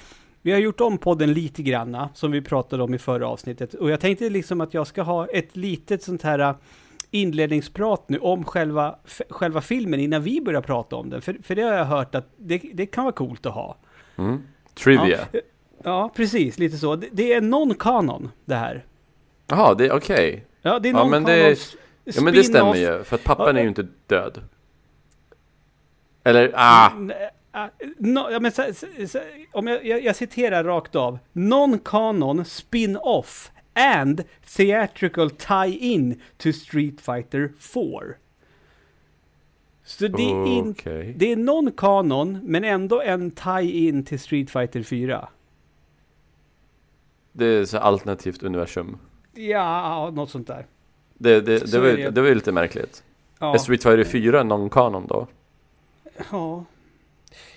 [SPEAKER 1] vi har gjort om podden lite granna, som vi pratade om i förra avsnittet. Och jag tänkte liksom att jag ska ha ett litet sånt här eh, inledningsprat nu om själva, f- själva filmen innan vi börjar prata om den. För, för det har jag hört att det, det kan vara coolt att ha.
[SPEAKER 2] Mm. Trivia.
[SPEAKER 1] Ja, ja, precis. Lite så. Det, det är non-kanon, det här.
[SPEAKER 2] Jaha, det, okej.
[SPEAKER 1] Ja, det är
[SPEAKER 2] Ja, men
[SPEAKER 1] non-kanon.
[SPEAKER 2] det-
[SPEAKER 1] s-
[SPEAKER 2] Ja men det stämmer
[SPEAKER 1] spin-off.
[SPEAKER 2] ju, för att pappan
[SPEAKER 1] Ja,
[SPEAKER 2] är ju inte död. Eller, ah!
[SPEAKER 1] Nej, ah, no, ja, men, så, så, så, om jag, jag, jag citerar rakt av. Non-kanon spin-off and theatrical tie-in to Street Fighter 4. Så det är, in,
[SPEAKER 2] Okej.
[SPEAKER 1] det är non-kanon, men ändå en tie-in till Street Fighter 4.
[SPEAKER 2] Det är så alternativt universum.
[SPEAKER 1] Ja, något sånt där.
[SPEAKER 2] Det, det,
[SPEAKER 1] Så
[SPEAKER 2] det, var,
[SPEAKER 1] är det ju.
[SPEAKER 2] ju- det var ju lite märkligt.
[SPEAKER 1] Ja.
[SPEAKER 2] Är Street Fighter 4 non-kanon då?
[SPEAKER 1] Ja.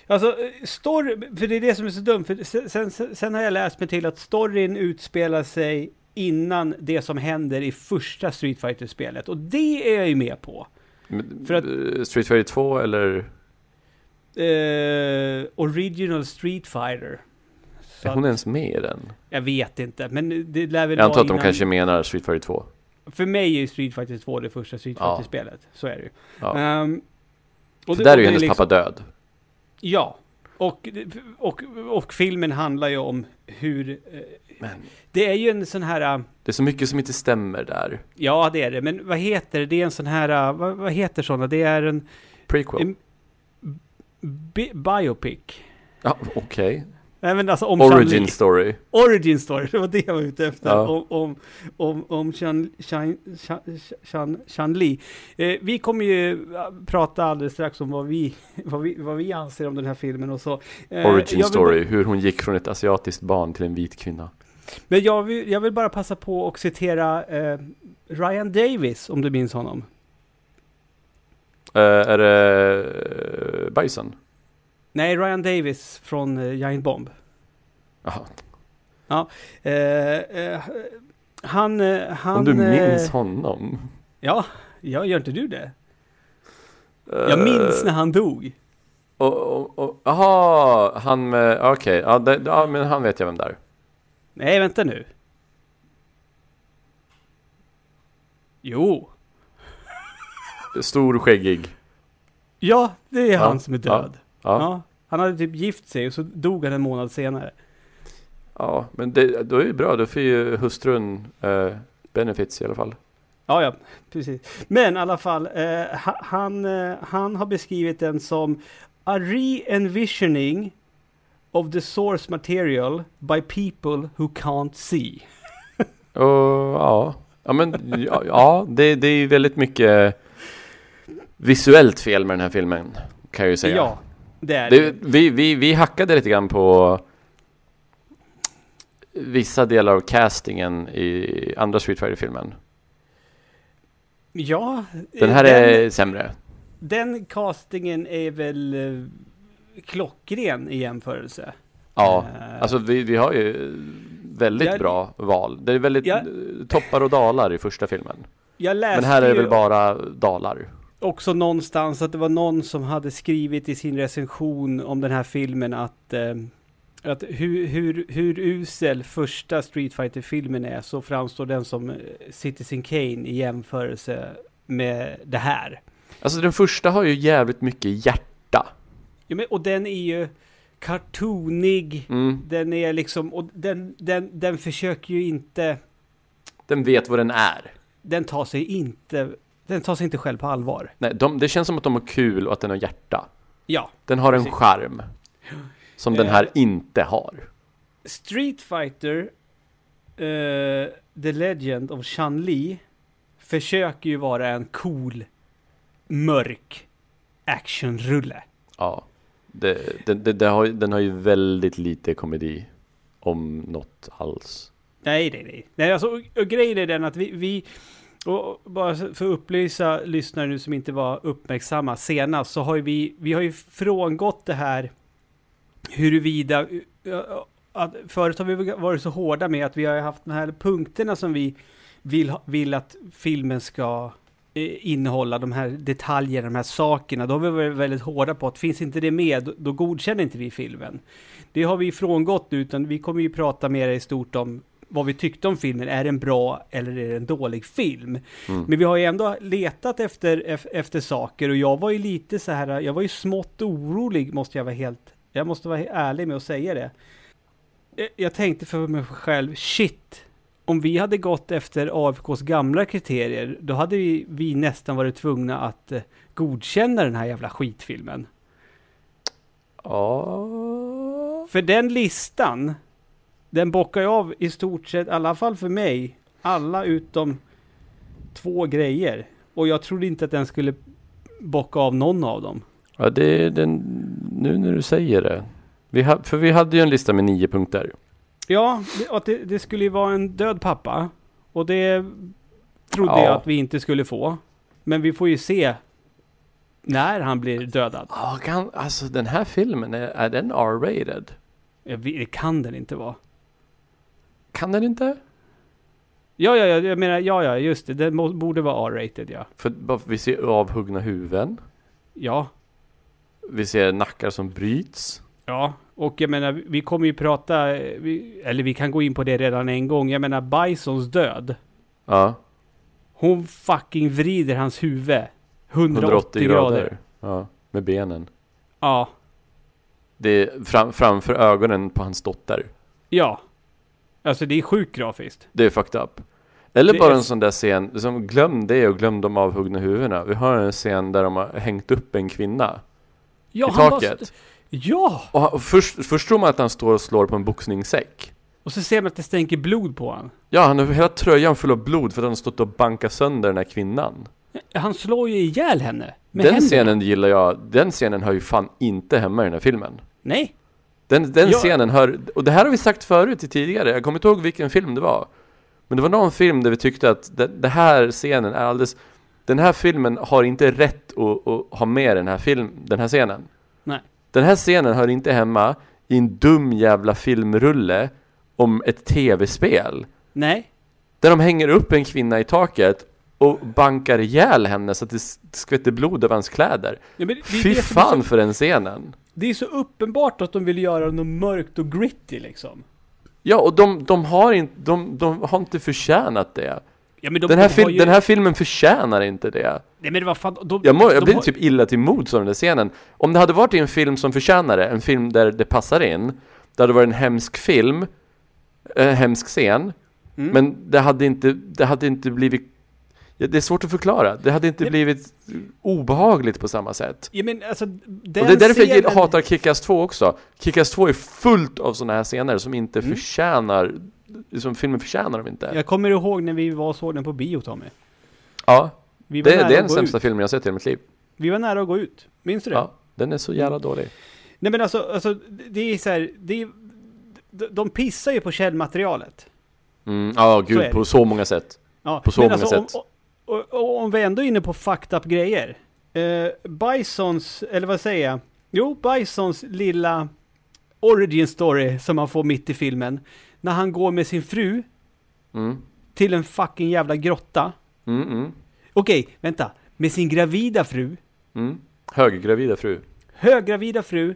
[SPEAKER 1] Alltså, eh, story, för det är det som är så dumt. För sen- sen, sen, sen har jag läst mig till att storyn utspelar sig innan det som händer i första Street fighter spelet Och det är jag ju med på.
[SPEAKER 2] Men,
[SPEAKER 1] För att-
[SPEAKER 2] eh, Street Fighter 2 eller?
[SPEAKER 1] eh, Original Street Fighter. Så
[SPEAKER 2] Är hon ens med i den?
[SPEAKER 1] att, jag vet inte, men det lär väl
[SPEAKER 2] Jag antar
[SPEAKER 1] vara
[SPEAKER 2] att de
[SPEAKER 1] innan-
[SPEAKER 2] kanske menar Street Fighter 2.
[SPEAKER 1] För mig är ju Street Fighter 2 det första Street
[SPEAKER 2] Ja.
[SPEAKER 1] Fighter-spelet. Så är det ju.
[SPEAKER 2] Ja.
[SPEAKER 1] Ehm, och
[SPEAKER 2] För
[SPEAKER 1] det-
[SPEAKER 2] där är
[SPEAKER 1] och
[SPEAKER 2] ju
[SPEAKER 1] det
[SPEAKER 2] hennes
[SPEAKER 1] liksom-
[SPEAKER 2] pappa död.
[SPEAKER 1] Ja. Och, och, och filmen handlar ju om hur... eh,
[SPEAKER 2] Men
[SPEAKER 1] Det är ju en sån här... eh,
[SPEAKER 2] det är så mycket som inte stämmer där.
[SPEAKER 1] Ja, det är det. Men vad heter det? Det är en sån här... eh, Vad, vad heter såna? Det är en
[SPEAKER 2] Prequel.
[SPEAKER 1] En- bi biopic.
[SPEAKER 2] Ja, okej.
[SPEAKER 1] Nej, men alltså om Chun-Li.
[SPEAKER 2] Origin story.
[SPEAKER 1] Origin story, det var det jag var ute efter.
[SPEAKER 2] Ja.
[SPEAKER 1] Om, om, om, om Chan, Chan, Chan, Chan, Chan Li. Eh, vi kommer ju eh, prata alldeles strax om vad vi, vad vi, vad vi anser om den här filmen och så. Eh, jag
[SPEAKER 2] Origin
[SPEAKER 1] vill
[SPEAKER 2] story. Hur hon gick från ett asiatiskt barn till en vit kvinna.
[SPEAKER 1] Bara, men jag vill, jag vill bara passa på och citera eh, Ryan Davis, om du minns honom.
[SPEAKER 2] Eh, är det eh, Bison?
[SPEAKER 1] Nej, Ryan Davis från eh, Giant Bomb.
[SPEAKER 2] Jaha.
[SPEAKER 1] Eh, eh, han, eh, han...
[SPEAKER 2] Om du minns
[SPEAKER 1] Eh,
[SPEAKER 2] honom.
[SPEAKER 1] ja, jag gör inte du det?
[SPEAKER 2] Eh.
[SPEAKER 1] Jag minns när han dog.
[SPEAKER 2] Jaha, och, och, aha, han med, okej, ja, det- ja men han vet jag vem där.
[SPEAKER 1] Nej, vänta nu. Jo.
[SPEAKER 2] Stor, skäggig.
[SPEAKER 1] Ja, det är
[SPEAKER 2] Ja,
[SPEAKER 1] han som är
[SPEAKER 2] ja,
[SPEAKER 1] död. Ja.
[SPEAKER 2] Ja, ja.
[SPEAKER 1] Han hade typ gift sig och så dog han en månad senare.
[SPEAKER 2] men det, då är det bra, då får ju hustrun eh, benefits i alla fall.
[SPEAKER 1] Ja, ja, precis. Men i alla fall, eh, ha- han, eh, han har beskrivit den som A re-envisioning of the source material by people who can't see.
[SPEAKER 2] Och, ja. ja, men ja, ja det, det är ju väldigt mycket visuellt fel med den här filmen, kan jag ju säga.
[SPEAKER 1] Ja, det är
[SPEAKER 2] Det,
[SPEAKER 1] det.
[SPEAKER 2] vi, vi, vi hackade lite grann på vissa delar av castingen i andra Street Fighter-filmen.
[SPEAKER 1] Ja.
[SPEAKER 2] Den
[SPEAKER 1] eh,
[SPEAKER 2] här är sämre.
[SPEAKER 1] Den castingen är väl eh, klockren i jämförelse.
[SPEAKER 2] Ja,
[SPEAKER 1] Eh,
[SPEAKER 2] alltså vi, vi har ju väldigt
[SPEAKER 1] Jag-
[SPEAKER 2] bra val. Det är väldigt
[SPEAKER 1] Jag-
[SPEAKER 2] eh, toppar och dalar i första filmen.
[SPEAKER 1] jag läste
[SPEAKER 2] Men här är det
[SPEAKER 1] ju
[SPEAKER 2] väl bara dalar.
[SPEAKER 1] också någonstans att det var någon som hade skrivit i sin recension om den här filmen att, eh, att hur, hur, hur usel första Street fighter filmen är så framstår den som eh, Citizen Kane i jämförelse med det här.
[SPEAKER 2] Alltså den första har ju jävligt mycket hjärta.
[SPEAKER 1] Ja, men, och den är ju kartonig.
[SPEAKER 2] Mm.
[SPEAKER 1] Den är liksom, och den, den, den försöker ju inte
[SPEAKER 2] Den vet vad den är.
[SPEAKER 1] den tar sig inte, den tar sig inte själv på allvar.
[SPEAKER 2] Nej, de, det känns som att de har kul och att den har hjärta.
[SPEAKER 1] Ja.
[SPEAKER 2] Den har en
[SPEAKER 1] Precis.
[SPEAKER 2] charm. Som den här inte har.
[SPEAKER 1] Street Fighter, eh, The Legend of Chun Li, försöker ju vara en cool, mörk actionrulle.
[SPEAKER 2] Ja. Det, det, det, det har, den har ju väldigt lite komedi. Om något alls.
[SPEAKER 1] Nej, nej, nej. nej alltså, och, och grejen är den att vi, vi och bara så- för att upplysa lyssnare nu som inte var uppmärksamma senast, så har ju vi, vi har ju frångått det här huruvida, eh, att förut har vi varit så hårda med att vi har ju haft de här punkterna som vi vill, ha- vill att filmen ska eh, innehålla, de här detaljerna, de här sakerna. Då har vi varit väldigt hårda på att finns inte det med, då- då godkänner inte vi filmen. Det har vi frångått nu, utan vi kommer ju prata mer i stort om vad vi tyckte om filmen. Är den bra eller är det en dålig film?
[SPEAKER 2] Mm.
[SPEAKER 1] Men vi har ju ändå letat efter, ef- efter saker och jag var ju lite så här, jag var ju smått orolig måste jag vara helt, jag måste vara he- ärlig med att säga det. Jag- Jag tänkte för mig själv, shit, om vi hade gått efter AFKs gamla kriterier, då hade vi, vi nästan varit tvungna att eh, godkänna den här jävla skitfilmen.
[SPEAKER 2] Ja.
[SPEAKER 1] För den listan, den bockar ju av i stort sett, i alla fall för mig, alla utom två grejer. Och jag trodde inte att den skulle bocka av någon av dem.
[SPEAKER 2] Ja, det är den, nu när du säger det. Vi ha, för vi hade ju en lista med nio punkter.
[SPEAKER 1] Ja, det, att det, det skulle ju vara en död pappa. Och det trodde
[SPEAKER 2] Ja.
[SPEAKER 1] jag att vi inte skulle få. Men vi får ju se när han blir dödad.
[SPEAKER 2] Ja, kan, alltså den här filmen, är, är den R-rated?
[SPEAKER 1] Jag vet- Det kan den inte vara.
[SPEAKER 2] Kan den inte?
[SPEAKER 1] Ja, ja, ja, jag menar, ja, ja, just det. Den må- borde vara R-rated, ja.
[SPEAKER 2] För bara för vi ser avhuggna huvuden.
[SPEAKER 1] Ja.
[SPEAKER 2] Vi ser nackar som bryts.
[SPEAKER 1] Ja, och jag menar, vi kommer ju prata, eh, vi, eller vi kan gå in på det redan en gång. Jag menar, Bisons död.
[SPEAKER 2] Ja,
[SPEAKER 1] Hon fucking vrider hans huvud 180,
[SPEAKER 2] 180
[SPEAKER 1] grader.
[SPEAKER 2] grader. Ja, med benen.
[SPEAKER 1] Ja,
[SPEAKER 2] Det är fram, framför ögonen på hans dotter.
[SPEAKER 1] ja. Alltså det är sjukt grafiskt.
[SPEAKER 2] Det är fucked up. Eller
[SPEAKER 1] Det
[SPEAKER 2] bara
[SPEAKER 1] är-
[SPEAKER 2] en sån där scen, liksom, glöm det och glöm de avhuggna huvudena. Vi har en scen där de har hängt upp en kvinna
[SPEAKER 1] Ja,
[SPEAKER 2] i
[SPEAKER 1] han bara-
[SPEAKER 2] taket.
[SPEAKER 1] ja!
[SPEAKER 2] Och han, och först, först tror man att han står och slår på en boxningssäck.
[SPEAKER 1] Och så ser man att det stänker blod på han.
[SPEAKER 2] Ja, han har hela tröjan full av blod för att han har stått och bankat sönder den här kvinnan.
[SPEAKER 1] Han slår ju ihjäl henne. Med
[SPEAKER 2] den
[SPEAKER 1] händerna.
[SPEAKER 2] scenen gillar jag, den scenen hör ju fan inte hemma i den här filmen.
[SPEAKER 1] Nej.
[SPEAKER 2] Den, den
[SPEAKER 1] Ja.
[SPEAKER 2] scenen hör, och det här har vi sagt förut i tidigare, jag kommer inte ihåg vilken film det var. Men det var någon film där vi tyckte att den det här scenen är alldeles, den här filmen har inte rätt att, att ha med den här, film, den här scenen.
[SPEAKER 1] Nej.
[SPEAKER 2] Den här scenen hör inte hemma i en dum jävla filmrulle om ett tv-spel.
[SPEAKER 1] Nej.
[SPEAKER 2] Där de hänger upp en kvinna i taket och bankar ihjäl henne så att det s- skvätter blod över hans kläder.
[SPEAKER 1] Ja, men det, är
[SPEAKER 2] Fy
[SPEAKER 1] det som är så-
[SPEAKER 2] fan för den scenen!
[SPEAKER 1] Det är så uppenbart att de vill göra något mörkt och gritty liksom.
[SPEAKER 2] Ja, och de, de, har inte, de, de har inte förtjänat det.
[SPEAKER 1] Ja, men de,
[SPEAKER 2] den, här
[SPEAKER 1] de
[SPEAKER 2] fil-
[SPEAKER 1] har ju-
[SPEAKER 2] den här filmen förtjänar inte det.
[SPEAKER 1] Nej men vad fan, de,
[SPEAKER 2] Jag, må, jag
[SPEAKER 1] de
[SPEAKER 2] blir
[SPEAKER 1] har-
[SPEAKER 2] typ illa till mods av den där scenen. Om det hade varit i en film som förtjänar det, en film där det passar in, det hade varit en hemsk film, en hemsk scen,
[SPEAKER 1] Mm.
[SPEAKER 2] men det hade inte, det hade inte blivit Ja, det är svårt att förklara. Det hade inte
[SPEAKER 1] Nej.
[SPEAKER 2] blivit obehagligt på samma sätt.
[SPEAKER 1] Ja men alltså, den
[SPEAKER 2] Och det är därför jag gillar-
[SPEAKER 1] scenen-
[SPEAKER 2] hatar Kick-Ass 2 också. Kick-Ass 2 är fullt av sådana här scener som inte
[SPEAKER 1] Mm.
[SPEAKER 2] förtjänar, som filmen förtjänar dem inte.
[SPEAKER 1] Jag kommer ihåg när vi var och såg den på bio Tommy.
[SPEAKER 2] Ja,
[SPEAKER 1] Vi var,
[SPEAKER 2] det, det
[SPEAKER 1] nära
[SPEAKER 2] är den
[SPEAKER 1] att gå
[SPEAKER 2] sämsta
[SPEAKER 1] ut.
[SPEAKER 2] filmen jag sett i hela mitt liv.
[SPEAKER 1] vi var nära att gå ut. Minns du det? Mm.
[SPEAKER 2] Ja, den är så jävla dålig.
[SPEAKER 1] Nej men alltså, alltså det är så här, det är, de- de pissar ju på källmaterialet.
[SPEAKER 2] Mm, ja,
[SPEAKER 1] Så är det.
[SPEAKER 2] gud, på så många sätt.
[SPEAKER 1] Ja,
[SPEAKER 2] På så
[SPEAKER 1] men
[SPEAKER 2] många
[SPEAKER 1] alltså,
[SPEAKER 2] sätt.
[SPEAKER 1] Om, och, och, om vi ändå är inne på fucked up grejer. Eh, Bisons, eller vad säger jag? Jo, Bisons lilla origin story som han får mitt i filmen. När han går med sin fru
[SPEAKER 2] Mm,
[SPEAKER 1] till en fucking jävla grotta.
[SPEAKER 2] mm, mm,
[SPEAKER 1] Okej, vänta. Med sin gravida fru,
[SPEAKER 2] mm. Höggravida fru.
[SPEAKER 1] höggravida fru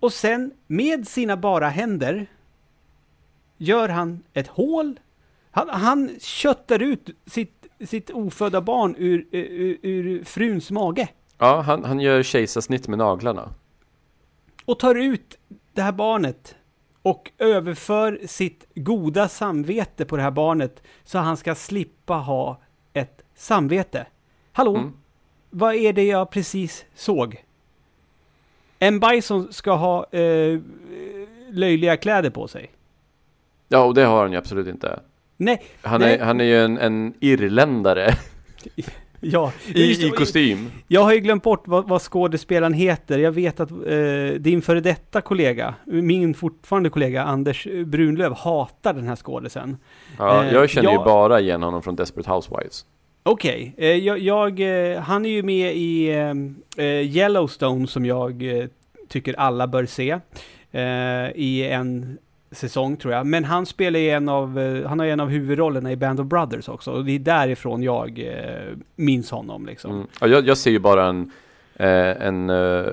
[SPEAKER 1] och sen med sina bara händer gör han ett hål. Han, han köttar ut sitt, sitt ofödda barn ur, ur, ur fruns mage
[SPEAKER 2] Ja, han, han gör kejsarsnitt med naglarna.
[SPEAKER 1] och tar ut det här barnet och överför sitt goda samvete på det här barnet så han ska slippa ha ett samvete. Hallå,
[SPEAKER 2] Mm.
[SPEAKER 1] vad är det jag precis såg? En bison ska ha eh, löjliga kläder på sig.
[SPEAKER 2] Ja, och det har han ju absolut inte.
[SPEAKER 1] Nej,
[SPEAKER 2] Han,
[SPEAKER 1] Nej.
[SPEAKER 2] är, han är ju en, en irländare
[SPEAKER 1] ja. just det.
[SPEAKER 2] i, i kostym.
[SPEAKER 1] jag har ju glömt bort vad, vad skådespelaren heter. Jag vet att eh, din före detta kollega, min fortfarande kollega Anders Brunlöv hatar den här skådisen.
[SPEAKER 2] Ja,
[SPEAKER 1] Eh,
[SPEAKER 2] jag känner
[SPEAKER 1] jag-
[SPEAKER 2] ju bara igen honom från Desperate Housewives.
[SPEAKER 1] Okej, eh, jag, jag, eh, han är ju med i eh, eh, Yellowstone som jag eh, tycker alla bör se eh, i en säsong tror jag. Men han spelar ju en av, eh, han har ju en av huvudrollerna i Band of Brothers också och det är därifrån jag eh, minns honom liksom.
[SPEAKER 2] Mm. Ja, jag, jag ser ju bara en, eh, en eh,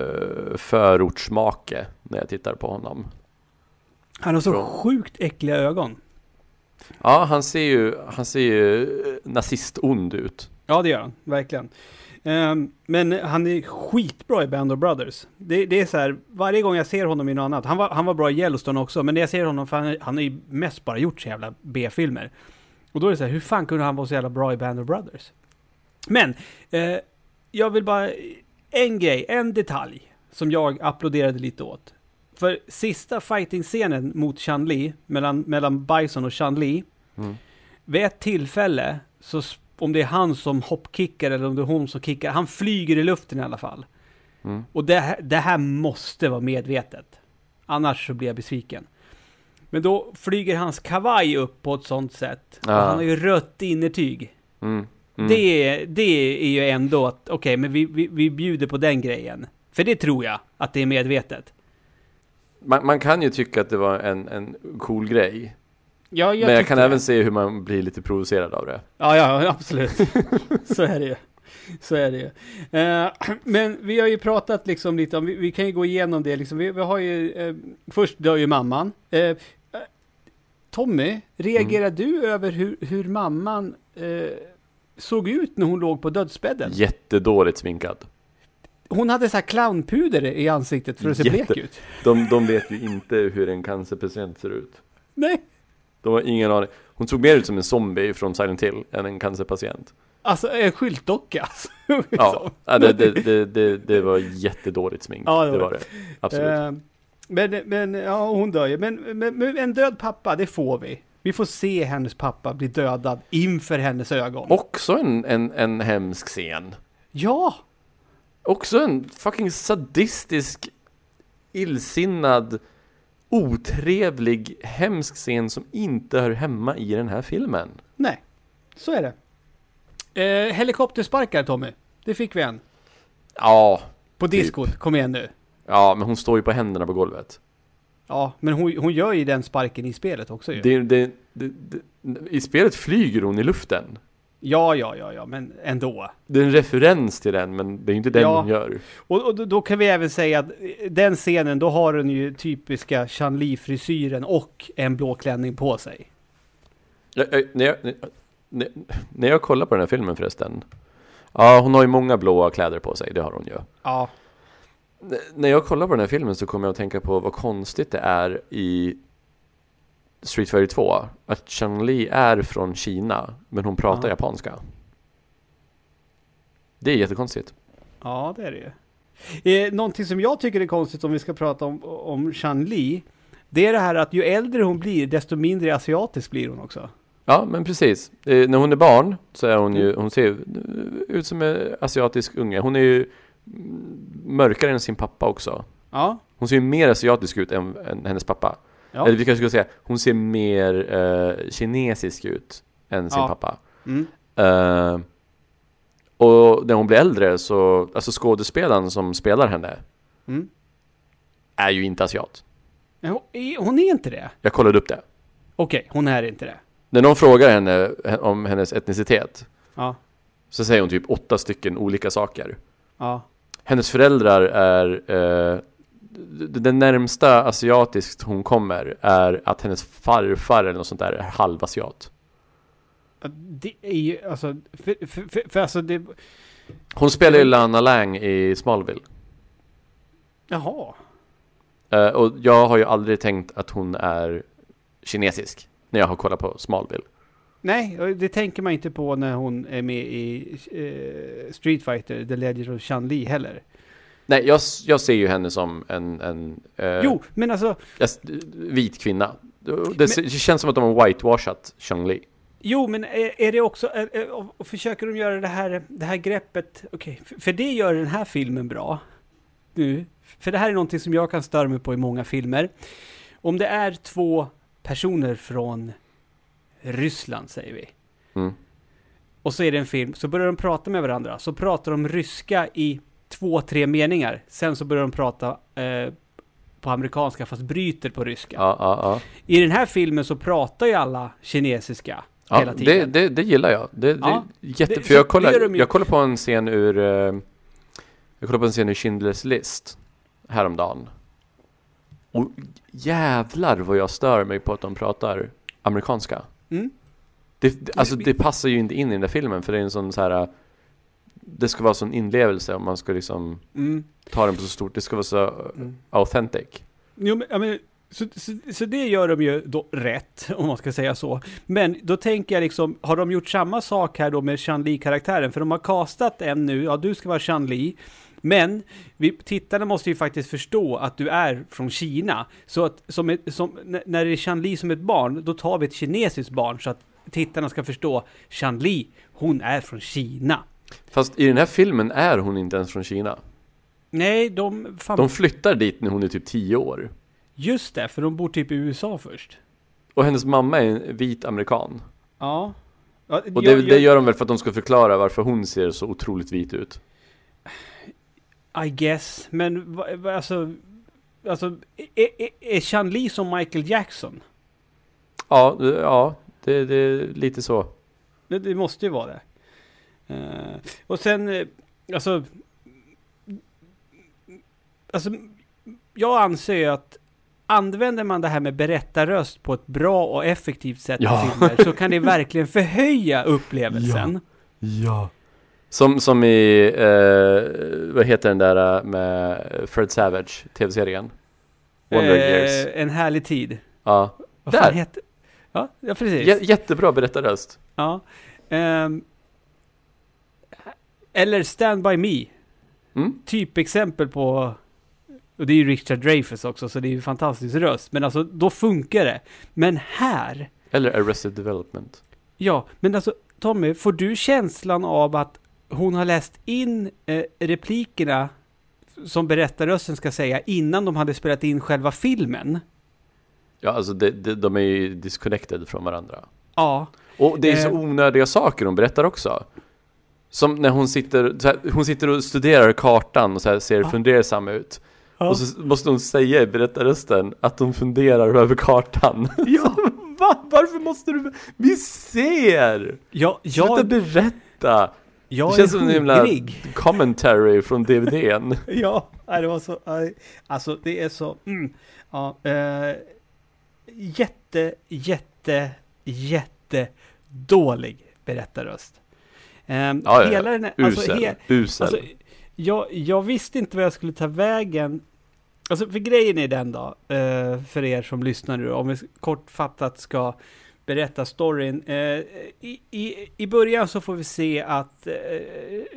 [SPEAKER 2] förortsmake när jag tittar på honom.
[SPEAKER 1] Han har så
[SPEAKER 2] Från-
[SPEAKER 1] sjukt äckliga ögon.
[SPEAKER 2] Ja, han ser ju, han ser ju eh, nazistond ut.
[SPEAKER 1] Ja det gör han, verkligen. Ehm, men han är skitbra i Band of Brothers. Det, det är så här, varje gång jag ser honom i något annat, han var, han var bra i Yellowstone också, men när jag ser honom, för han, är- han har ju mest bara gjort så jävla B-filmer. Och då är det så här, hur fan kunde han vara så jävla bra i Band of Brothers? Men, eh, jag vill bara, en grej, en detalj, som jag applåderade lite åt. För sista fighting-scenen mot Chun-Li, mellan, mellan Bison och Chun-Li,
[SPEAKER 2] Mm.
[SPEAKER 1] vid ett tillfälle, så s- om det är han som hoppkickar eller om det är hon som kickar, han flyger i luften i alla fall.
[SPEAKER 2] Mm.
[SPEAKER 1] Och det här, det här måste vara medvetet. Annars så blir jag besviken. Men då flyger hans kavaj upp på ett sånt sätt. Och
[SPEAKER 2] Ah.
[SPEAKER 1] han har ju rött innertyg.
[SPEAKER 2] Mm. Mm.
[SPEAKER 1] Det, är- det är ju ändå att, okej, men vi, vi, vi bjuder på den grejen. För det tror jag att det är medvetet.
[SPEAKER 2] Man, man kan ju tycka att det var en, en cool grej.
[SPEAKER 1] Ja,
[SPEAKER 2] men jag kan även se hur man blir lite provocerad av det.
[SPEAKER 1] Ja, ja, absolut. så är det ju. Så är det ju. Eh, men vi har ju pratat liksom lite om, vi, vi kan ju gå igenom det liksom. Vi, vi har ju, eh, först dör ju mamman. Eh, eh, Tommy, reagerar
[SPEAKER 2] Mm.
[SPEAKER 1] du över hur, hur mamman eh, såg ut när hon låg på dödsbädden?
[SPEAKER 2] Jättedåligt sminkad.
[SPEAKER 1] Hon hade så här clownpuder i ansiktet för att se blek
[SPEAKER 2] Jätte-
[SPEAKER 1] ut.
[SPEAKER 2] De, de vet ju inte hur en cancerpatient ser ut.
[SPEAKER 1] Nej,
[SPEAKER 2] De har ingen aning. Hon såg mer ut som en zombie från Silent Hill än en cancerpatient.
[SPEAKER 1] alltså en skyltdocka. Alltså.
[SPEAKER 2] Ja, ja det, det, det, det, det var jättedåligt smink.
[SPEAKER 1] Ja,
[SPEAKER 2] det, var det. Absolut.
[SPEAKER 1] Eh, Men, men ja, hon dör ju. Men, men, men en död pappa, det får vi. Vi får se hennes pappa bli dödad inför hennes ögon.
[SPEAKER 2] Också en, en, en hemsk scen.
[SPEAKER 1] Ja!
[SPEAKER 2] Också en fucking sadistisk, illsinnad, otrevlig, hemsk scen som inte hör hemma i den här filmen.
[SPEAKER 1] Nej, så är det. Eh, helikoptersparkar, Tommy. Det fick vi en.
[SPEAKER 2] Ja,
[SPEAKER 1] På
[SPEAKER 2] Typ.
[SPEAKER 1] diskot. Kom igen nu.
[SPEAKER 2] ja, men hon står ju på händerna på golvet.
[SPEAKER 1] Ja, men hon, hon gör ju den sparken i spelet också ju.
[SPEAKER 2] Det, det, det, det, I spelet flyger hon i luften.
[SPEAKER 1] Ja, ja, ja, ja, men ändå.
[SPEAKER 2] Det är en referens till den, men det är ju inte den
[SPEAKER 1] Ja.
[SPEAKER 2] hon gör.
[SPEAKER 1] Och, och då, då kan vi även säga att eh, den scenen, då har hon ju typiska Chanli-frisyren och en blå klänning på sig.
[SPEAKER 2] Jag, jag, när, jag, när, när jag kollar på den här filmen förresten. Ja, hon har ju många blåa kläder på sig, det har hon ju.
[SPEAKER 1] Ja,
[SPEAKER 2] N- När jag kollar på den här filmen så kommer jag att tänka på vad konstigt det är i Street Fighter 2. Att Chun-Li är från Kina, men hon pratar
[SPEAKER 1] Ja.
[SPEAKER 2] japanska. Det är jättekonstigt.
[SPEAKER 1] Ja, det är det ju. Eh, någonting som jag tycker är konstigt om vi ska prata om, om Chan-Li, det är det här att ju äldre hon blir, desto mindre asiatisk blir hon också.
[SPEAKER 2] Ja, men precis. Eh, när hon är barn så är hon ju, hon ser ju ut som en asiatisk unge. Hon är ju mm, mörkare än sin pappa också.
[SPEAKER 1] Ja,
[SPEAKER 2] Hon ser ju mer asiatisk ut än, än hennes pappa.
[SPEAKER 1] ja.
[SPEAKER 2] Eller vi kanske skulle säga, hon ser mer eh, kinesisk ut än sin
[SPEAKER 1] Ja.
[SPEAKER 2] pappa.
[SPEAKER 1] Mm.
[SPEAKER 2] Eh, och när hon blir äldre så, alltså skådespelaren som spelar henne
[SPEAKER 1] Mm.
[SPEAKER 2] är ju inte asiat.
[SPEAKER 1] Men Hon, är- hon är inte det.
[SPEAKER 2] Jag kollade upp det.
[SPEAKER 1] Okej, hon är inte det.
[SPEAKER 2] När någon frågar henne eh, om hennes etnicitet
[SPEAKER 1] Ja,
[SPEAKER 2] så säger hon typ åtta stycken olika saker.
[SPEAKER 1] ja,
[SPEAKER 2] Hennes föräldrar är... Eh, d- d- det närmsta asiatiskt hon kommer är att hennes farfar eller något sånt där är halvasiat.
[SPEAKER 1] det är ju alltså, för, för, för, för alltså det,
[SPEAKER 2] Hon spelar ju Lana Lang i Smallville.
[SPEAKER 1] jaha.
[SPEAKER 2] Eh, och jag har ju aldrig tänkt att hon är kinesisk när jag har kollat på Smallville.
[SPEAKER 1] Nej, och det tänker man inte på när hon är med i eh, Street Fighter, The Legend of Chan-Li heller.
[SPEAKER 2] Nej, jag, s- jag ser ju henne som en, en eh,
[SPEAKER 1] Jo, men alltså,
[SPEAKER 2] jag s- vit kvinna. Det, det känns som att de har whitewashat Chun-Li.
[SPEAKER 1] Jo, men är, är det också, är, är, och- och försöker de göra det här, det här greppet, okej, för, för det gör den här filmen bra. Nu, för det här är någonting som jag kan störa mig på i många filmer. Om det är två personer från Ryssland, säger vi.
[SPEAKER 2] Mm.
[SPEAKER 1] Och så är det en film, så börjar de prata med varandra. Så pratar de ryska i två, tre meningar. Sen så börjar de prata eh, på amerikanska, fast bryter på ryska.
[SPEAKER 2] Ja, ja, ja.
[SPEAKER 1] I den här filmen så pratar ju alla kinesiska
[SPEAKER 2] ja
[SPEAKER 1] hela tiden.
[SPEAKER 2] det, det, det gillar jag. Det, det,
[SPEAKER 1] Ja.
[SPEAKER 2] jätte,
[SPEAKER 1] Det-
[SPEAKER 2] för jag
[SPEAKER 1] så- det gör de
[SPEAKER 2] kollar,
[SPEAKER 1] ju.
[SPEAKER 2] jag kollar på en scen ur... eh, jag kollar på en scen ur Schindler's list häromdagen. Och jävlar vad jag stör mig på att de pratar amerikanska.
[SPEAKER 1] Mm.
[SPEAKER 2] Det, det, alltså det passar ju inte in i den där filmen för det är en sån så här eh, Det ska vara sån inlevelse om man ska liksom
[SPEAKER 1] Mm.
[SPEAKER 2] ta den på så stort, det ska vara så
[SPEAKER 1] Mm.
[SPEAKER 2] authentic
[SPEAKER 1] Jo, men, ja, men, så, så, så det gör de ju då rätt, om man ska säga så. Men då tänker jag liksom, har de gjort samma sak här då med Chan-Li-karaktären? För de har kastat en nu, ja du ska vara Chan-Li. Men vi, tittarna måste ju faktiskt förstå att du är från Kina. Så att som ett, som, n- när det är Chan-Li som ett barn, då tar vi ett kinesiskt barn så att tittarna ska förstå Chan-Li, hon är från Kina.
[SPEAKER 2] Fast i den här filmen är hon inte ens från Kina
[SPEAKER 1] Nej, de... Fan,
[SPEAKER 2] De flyttar dit när hon är typ 10 år
[SPEAKER 1] Just det, för de bor typ i USA först.
[SPEAKER 2] Och hennes mamma är en vit amerikan
[SPEAKER 1] Ja. Ja,
[SPEAKER 2] Och
[SPEAKER 1] jag-
[SPEAKER 2] det, det
[SPEAKER 1] jag-
[SPEAKER 2] gör de väl för att de ska förklara varför hon ser så otroligt vit ut
[SPEAKER 1] I guess, men va- va- alltså... Alltså, är, är, är Chan-Li som Michael Jackson?
[SPEAKER 2] Ja, ja det, det är lite så
[SPEAKER 1] Det, det måste ju vara det. Eh, och sen, eh, alltså... Alltså, jag anser ju att använder man det här med berättarröst på ett bra och effektivt sätt i
[SPEAKER 2] Ja.
[SPEAKER 1] filmer så kan det verkligen förhöja upplevelsen.
[SPEAKER 2] Ja. Som, som i, eh, vad heter den där eh, med Fred Savage, tv-serien? Wonder Years.
[SPEAKER 1] Eh, en härlig tid.
[SPEAKER 2] Ja.
[SPEAKER 1] Vad
[SPEAKER 2] Där.
[SPEAKER 1] fan heter... Ja, ja precis.
[SPEAKER 2] J- jättebra berättarröst.
[SPEAKER 1] Ja. Ehm, eller Stand By Me.
[SPEAKER 2] Mm.
[SPEAKER 1] Typexempel på... Och det är ju Richard Dreyfuss också, så det är ju fantastisk röst. Men alltså, då funkar det. Men här...
[SPEAKER 2] Eller Arrested Development.
[SPEAKER 1] Ja, men alltså Tommy, får du känslan av att hon har läst in eh, replikerna som berättarrösten ska säga innan de hade spelat in själva filmen?
[SPEAKER 2] Ja, alltså de, de, de är ju disconnected från varandra.
[SPEAKER 1] Ja.
[SPEAKER 2] Och det är så
[SPEAKER 1] Eh.
[SPEAKER 2] onödiga saker hon berättar också. Som när hon sitter, så här, hon sitter och studerar kartan och så här ser
[SPEAKER 1] Ja.
[SPEAKER 2] fundersam ut. Och så måste hon säga i berättarrösten att hon funderar över kartan.
[SPEAKER 1] ja.
[SPEAKER 2] Va? Varför måste du... Vi ser!
[SPEAKER 1] ja,
[SPEAKER 2] Sluta
[SPEAKER 1] jag,
[SPEAKER 2] berätta!
[SPEAKER 1] jag
[SPEAKER 2] det känns som en
[SPEAKER 1] är
[SPEAKER 2] himla
[SPEAKER 1] hungrig.
[SPEAKER 2] commentary från DVDn.
[SPEAKER 1] Ja, nej, det var så... nej, Alltså det är så... Mm, ja, eh, jätte, jätte, jätte dålig berättarröst. Ehm,
[SPEAKER 2] Ja, ja,
[SPEAKER 1] hela den här- alltså,
[SPEAKER 2] Usel.
[SPEAKER 1] he-
[SPEAKER 2] Usel.
[SPEAKER 1] alltså, jag, jag visste inte vad jag skulle ta vägen. Alltså för grejen är den då, eh, för er som lyssnar nu, om vi kortfattat ska berätta storyn. Eh, i, i, I början så får vi se att eh,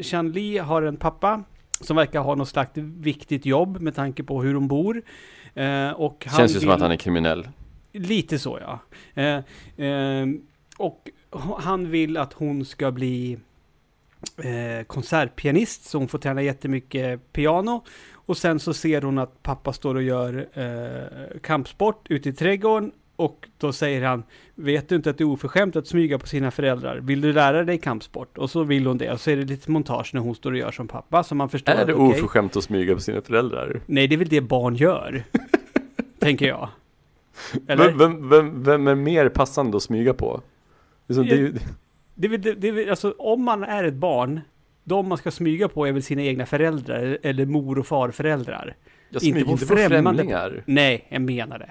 [SPEAKER 1] Chan Li har en pappa som verkar ha något slags viktigt jobb med tanke på hur hon bor. Eh, och han
[SPEAKER 2] Känns ju som
[SPEAKER 1] vill-
[SPEAKER 2] att han är kriminell.
[SPEAKER 1] Lite så ja. Eh, eh, och h- han vill att hon ska bli eh, konsertpianist så hon får träna jättemycket piano. Och sen så ser hon att pappa står och gör eh, kampsport ute i trädgården. Och då säger han, vet du inte att det är oförskämt att smyga på sina föräldrar? Vill du lära dig kampsport? Och så vill hon det. Och så är det lite montage när hon står och gör som pappa. Så man förstår
[SPEAKER 2] Är
[SPEAKER 1] att
[SPEAKER 2] det
[SPEAKER 1] okej.
[SPEAKER 2] oförskämt att smyga på sina föräldrar?
[SPEAKER 1] Nej, det är väl det barn gör. tänker jag. Eller?
[SPEAKER 2] Vem, vem, vem, vem är mer passande att smyga på? Liksom, det är ju,
[SPEAKER 1] Det är, väl- det, det är, väl- alltså, om man är ett barn, de man ska smyga på är väl sina egna föräldrar eller mor och farföräldrar.
[SPEAKER 2] jag
[SPEAKER 1] inte
[SPEAKER 2] smyger
[SPEAKER 1] på
[SPEAKER 2] inte på
[SPEAKER 1] främmande-
[SPEAKER 2] främlingar.
[SPEAKER 1] Nej, jag menar det.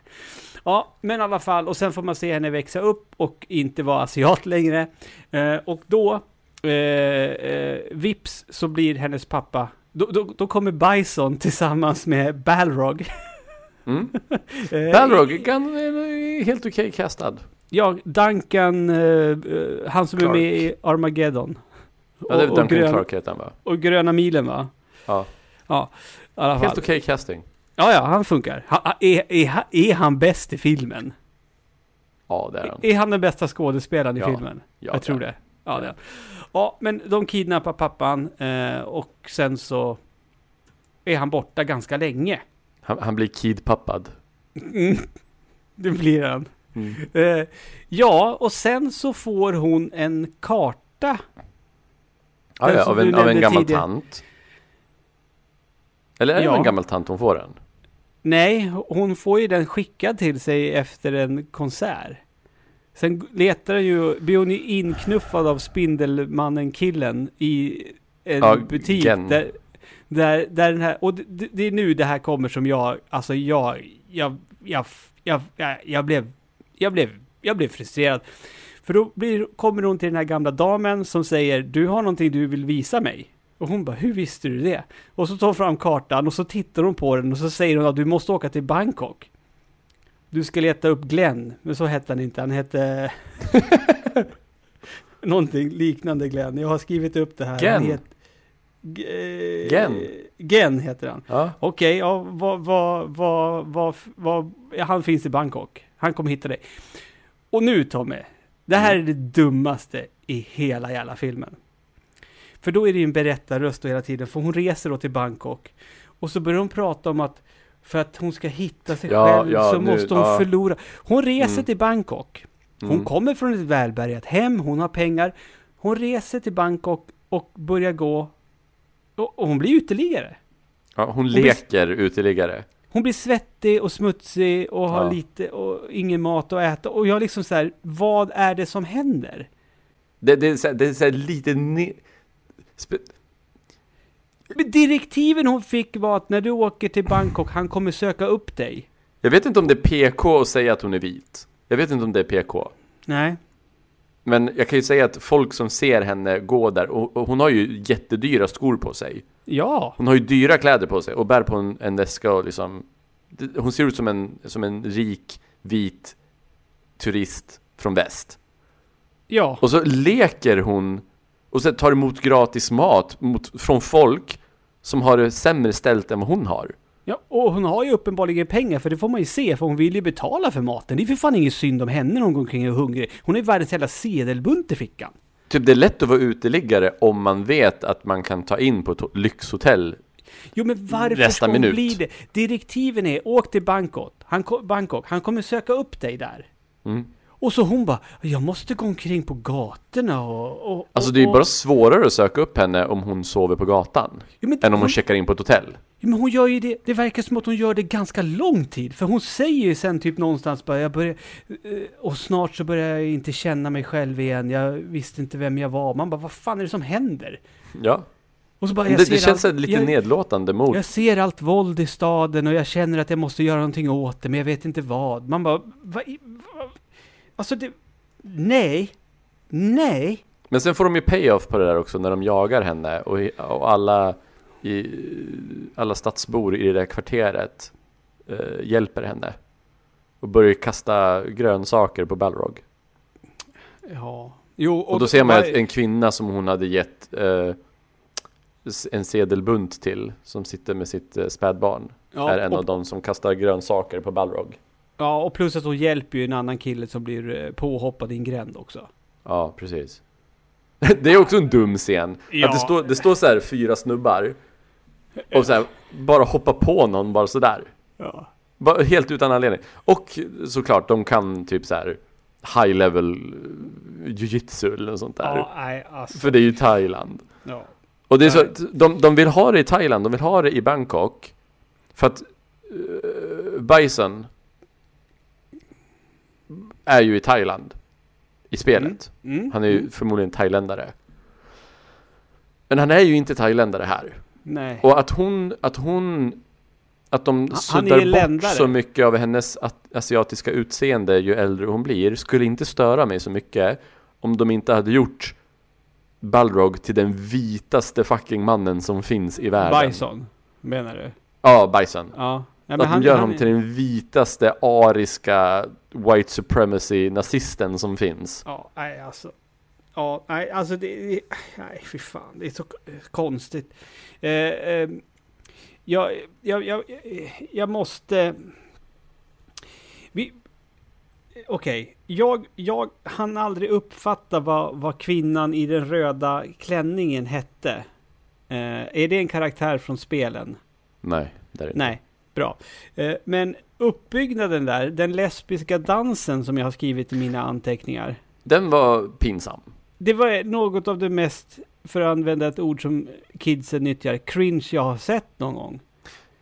[SPEAKER 1] Ja, men i alla fall, och sen får man se henne växa upp och inte vara asiat längre. Eh, och då, eh, eh, vips, så blir hennes pappa, då, då, då kommer Bison tillsammans med Balrog.
[SPEAKER 2] Mm.
[SPEAKER 1] Eh,
[SPEAKER 2] Balrog, kan, är helt okej castad.
[SPEAKER 1] Ja, Duncan, eh, eh, han som
[SPEAKER 2] Clark.
[SPEAKER 1] är med i Armageddon.
[SPEAKER 2] Ja, det är
[SPEAKER 1] Och- och
[SPEAKER 2] Duncan
[SPEAKER 1] grön-
[SPEAKER 2] Clark heter han va?
[SPEAKER 1] Och Gröna Milen va?
[SPEAKER 2] Ja.
[SPEAKER 1] Ja, i alla fall.
[SPEAKER 2] Helt okej casting.
[SPEAKER 1] Ja, ja, han funkar. Ha, ha- är, är, ha- är han bäst i filmen?
[SPEAKER 2] Ja, det är han.
[SPEAKER 1] Är han den bästa skådespelaren i
[SPEAKER 2] Ja,
[SPEAKER 1] filmen?
[SPEAKER 2] Ja,
[SPEAKER 1] jag tror
[SPEAKER 2] är
[SPEAKER 1] det. Ja, det. är han. ja, men de kidnappar pappan eh, och sen så är han borta ganska länge.
[SPEAKER 2] Han, han blir kidpappad.
[SPEAKER 1] Mm. Det blir han.
[SPEAKER 2] Mm.
[SPEAKER 1] Eh, ja, och sen så får hon en karta.
[SPEAKER 2] Ja,
[SPEAKER 1] Den
[SPEAKER 2] ja,
[SPEAKER 1] som
[SPEAKER 2] av, en,
[SPEAKER 1] du
[SPEAKER 2] av en
[SPEAKER 1] nämnde
[SPEAKER 2] gammal
[SPEAKER 1] tidigare.
[SPEAKER 2] tant. Eller är det
[SPEAKER 1] Ja.
[SPEAKER 2] en gammal tant hon får den?
[SPEAKER 1] Nej, hon får ju den skickad till sig efter en konsert. Sen g- letar hon ju, blir hon ju inknuffad av Spindelmannen-killen i en
[SPEAKER 2] Ja,
[SPEAKER 1] butik.
[SPEAKER 2] Gen.
[SPEAKER 1] Där, där, där den här, och det- det, det är nu det här kommer som jag, alltså jag, jag, jag, jag, jag, jag blev, jag blev, jag blev frustrerad. För då blir, kommer hon till den här gamla damen som säger, du har någonting du vill visa mig. Och hon bara, hur visste du det? Och så tar hon fram kartan och så tittar hon på den och så säger hon att du måste åka till Bangkok. Du ska leta upp Glenn, men så hette han inte, han hette... Någonting liknande Glenn, jag har skrivit upp det här.
[SPEAKER 2] Glenn.
[SPEAKER 1] Han het- G-
[SPEAKER 2] Glenn.
[SPEAKER 1] Gen heter han.
[SPEAKER 2] Ja.
[SPEAKER 1] Okej, ja, vad, vad, vad, vad, vad, ja, han finns i Bangkok. Han kommer hitta dig. Och nu Tommy, det
[SPEAKER 2] Mm.
[SPEAKER 1] här är det dummaste i hela jävla filmen. För då är det ju en berättarröst då hela tiden, för hon reser då till Bangkok. Och så börjar hon prata om att för att hon ska hitta sig
[SPEAKER 2] Ja,
[SPEAKER 1] själv
[SPEAKER 2] ja,
[SPEAKER 1] så
[SPEAKER 2] nu,
[SPEAKER 1] måste hon
[SPEAKER 2] ja.
[SPEAKER 1] förlora. Hon reser
[SPEAKER 2] Mm.
[SPEAKER 1] till Bangkok. Hon
[SPEAKER 2] Mm.
[SPEAKER 1] kommer från ett välbärgat hem, hon har pengar. Hon reser till Bangkok och börjar gå. Och, och hon blir uteliggare.
[SPEAKER 2] Ja, hon
[SPEAKER 1] blir-
[SPEAKER 2] leker uteliggare.
[SPEAKER 1] Hon blir svettig och smutsig och har
[SPEAKER 2] Ja.
[SPEAKER 1] lite och ingen mat att äta. Och jag liksom så här, vad är det som händer?
[SPEAKER 2] Det, det, är så här, det är så här lite ne- Spe-
[SPEAKER 1] Men direktiven hon fick var att när du åker till Bangkok, han kommer söka upp dig.
[SPEAKER 2] Jag vet inte om det är PK att säga att hon är vit. Jag vet inte om det är PK.
[SPEAKER 1] Nej.
[SPEAKER 2] Men jag kan ju säga att folk som ser henne gå där, och, och hon har ju jättedyra skor på sig.
[SPEAKER 1] Ja.
[SPEAKER 2] Hon har ju dyra kläder på sig och bär på en, en väska och liksom det- Hon ser ut som en, som en rik vit turist från väst
[SPEAKER 1] Ja.
[SPEAKER 2] Och så leker hon och så tar emot gratis mat mot, från folk som har det sämre ställt än vad hon har
[SPEAKER 1] ja. Och hon har ju uppenbarligen pengar, för det får man ju se, för hon vill ju betala för maten. Det är för fan ingen synd om henne när hon går omkring och är hungrig. Hon har ju världens jävla sedelbunt i fickan.
[SPEAKER 2] Typ det är lätt att vara uteliggare om man vet att man kan ta in på ett ho- lyxhotell
[SPEAKER 1] Jo men varför
[SPEAKER 2] Nästa
[SPEAKER 1] ska hon
[SPEAKER 2] minut.
[SPEAKER 1] bli det? Direktiven är åk till Bangkok. Han, ko- Bangkok. han kommer söka upp dig där.
[SPEAKER 2] Mm.
[SPEAKER 1] Och så hon bara, jag måste gå omkring på gatorna och... och
[SPEAKER 2] Alltså
[SPEAKER 1] och,
[SPEAKER 2] det är ju
[SPEAKER 1] och-
[SPEAKER 2] bara svårare att söka upp henne om hon sover på gatan
[SPEAKER 1] Jo, men
[SPEAKER 2] Än om
[SPEAKER 1] hon-
[SPEAKER 2] hon checkar in på ett hotell
[SPEAKER 1] Men hon gör ju det, det verkar som att hon gör det ganska lång tid. För hon säger ju sen typ någonstans bara, jag börjar, eh, och snart så börjar jag inte känna mig själv igen. Jag visste inte vem jag var. Man bara, vad fan är det som händer?
[SPEAKER 2] Ja
[SPEAKER 1] Och så bara,
[SPEAKER 2] Det, det
[SPEAKER 1] ser
[SPEAKER 2] känns
[SPEAKER 1] allt-
[SPEAKER 2] lite
[SPEAKER 1] jag,
[SPEAKER 2] nedlåtande mot
[SPEAKER 1] Jag ser allt våld i staden och jag känner att jag måste göra någonting åt det, men jag vet inte vad. Man bara, vad? i- vad? Alltså det, nej, nej.
[SPEAKER 2] Men sen får de ju payoff på det där också när de jagar henne och, och alla, i, alla stadsbor i det där kvarteret eh, hjälper henne. Och börjar kasta grönsaker på Balrog.
[SPEAKER 1] Ja, jo,
[SPEAKER 2] Och, då ser man att en kvinna som hon hade gett eh, s- en sedelbunt till som sitter med sitt eh, spädbarn
[SPEAKER 1] ja,
[SPEAKER 2] är en
[SPEAKER 1] och,
[SPEAKER 2] av de som kastar grönsaker på Balrog.
[SPEAKER 1] Ja, och plus att hon hjälper ju en annan kille som blir eh, påhoppad i en gränd också.
[SPEAKER 2] Ja, precis. Det är också en dum scen.
[SPEAKER 1] Ja.
[SPEAKER 2] Att det, står, det står så här fyra snubbar och så här, bara hoppa på någon bara sådär.
[SPEAKER 1] Ja.
[SPEAKER 2] Bara Helt utan anledning. Och såklart, de kan typ så här high level eh, jujitsu eller något sånt där.
[SPEAKER 1] Ja, nej, alltså.
[SPEAKER 2] För det är ju Thailand.
[SPEAKER 1] Ja.
[SPEAKER 2] Och det är så,
[SPEAKER 1] Nej.
[SPEAKER 2] att de, de vill ha det i Thailand, de vill ha det i Bangkok. För att eh, Bison är ju i Thailand i spelet.
[SPEAKER 1] Mm.
[SPEAKER 2] Han är ju förmodligen thailändare. Men han är ju inte thailändare här.
[SPEAKER 1] Nej.
[SPEAKER 2] Och att hon, att hon, att de
[SPEAKER 1] är
[SPEAKER 2] suddar bort
[SPEAKER 1] irländare.
[SPEAKER 2] så mycket av hennes at- asiatiska utseende ju äldre hon blir skulle inte störa mig så mycket om de inte hade gjort Balrog till den vitaste fucking mannen som finns i världen.
[SPEAKER 1] Bison, menar du?
[SPEAKER 2] Ja, Bison.
[SPEAKER 1] Ja. ja
[SPEAKER 2] att de gör honom till den vitaste ariska white supremacy nazisten som finns.
[SPEAKER 1] Ja, nej alltså. Ja, nej alltså det... det- Nej, fy fan. Det är så k- konstigt. Eh, eh, jag, jag, jag, jag måste... Vi... Okej, jag, jag hann aldrig uppfatta vad, vad kvinnan i den röda klänningen hette. Eh, är det en karaktär från spelen?
[SPEAKER 2] Nej, det är det inte.
[SPEAKER 1] Nej, bra. Eh, men uppbyggnaden där, den lesbiska dansen som jag har skrivit i mina anteckningar.
[SPEAKER 2] Den var pinsam.
[SPEAKER 1] Det var något av det mest, för att använda ett ord som kidsen nyttjar, cringe jag har sett någon gång.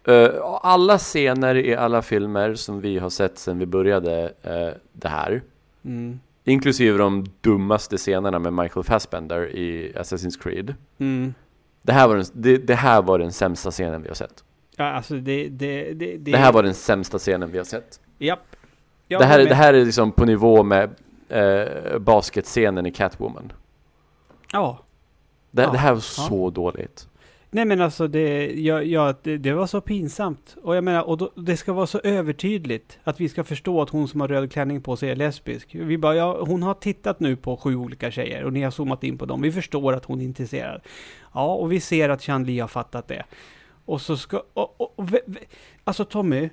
[SPEAKER 2] Eh, alla scener i alla filmer som vi har sett sedan vi började eh, det här
[SPEAKER 1] Mm.
[SPEAKER 2] Inklusive de dummaste scenerna med Michael Fassbender i Assassin's Creed.
[SPEAKER 1] Mm.
[SPEAKER 2] Det här var den, det, det här var den sämsta scenen vi har sett.
[SPEAKER 1] Ja, alltså det... Det, det, det,
[SPEAKER 2] Det här var den sämsta scenen vi har sett.
[SPEAKER 1] Japp. Jag
[SPEAKER 2] Det här,
[SPEAKER 1] håller
[SPEAKER 2] det
[SPEAKER 1] med.
[SPEAKER 2] här är liksom på nivå med eh, basketscenen i Catwoman.
[SPEAKER 1] Ja.
[SPEAKER 2] Det,
[SPEAKER 1] Ja,
[SPEAKER 2] det här var så dåligt.
[SPEAKER 1] Nej men alltså det, jag, jag, det, det var så pinsamt. Och jag menar, och då, det ska vara så övertydligt att vi ska förstå att hon som har röd klänning på sig är lesbisk. Vi bara, ja, hon har tittat nu på sju olika tjejer och ni har zoomat in på dem. Vi förstår att hon är intresserad. Ja, och vi ser att Chan-Li har fattat det. Och så ska, och, och, och, ve- ve- alltså Tommy,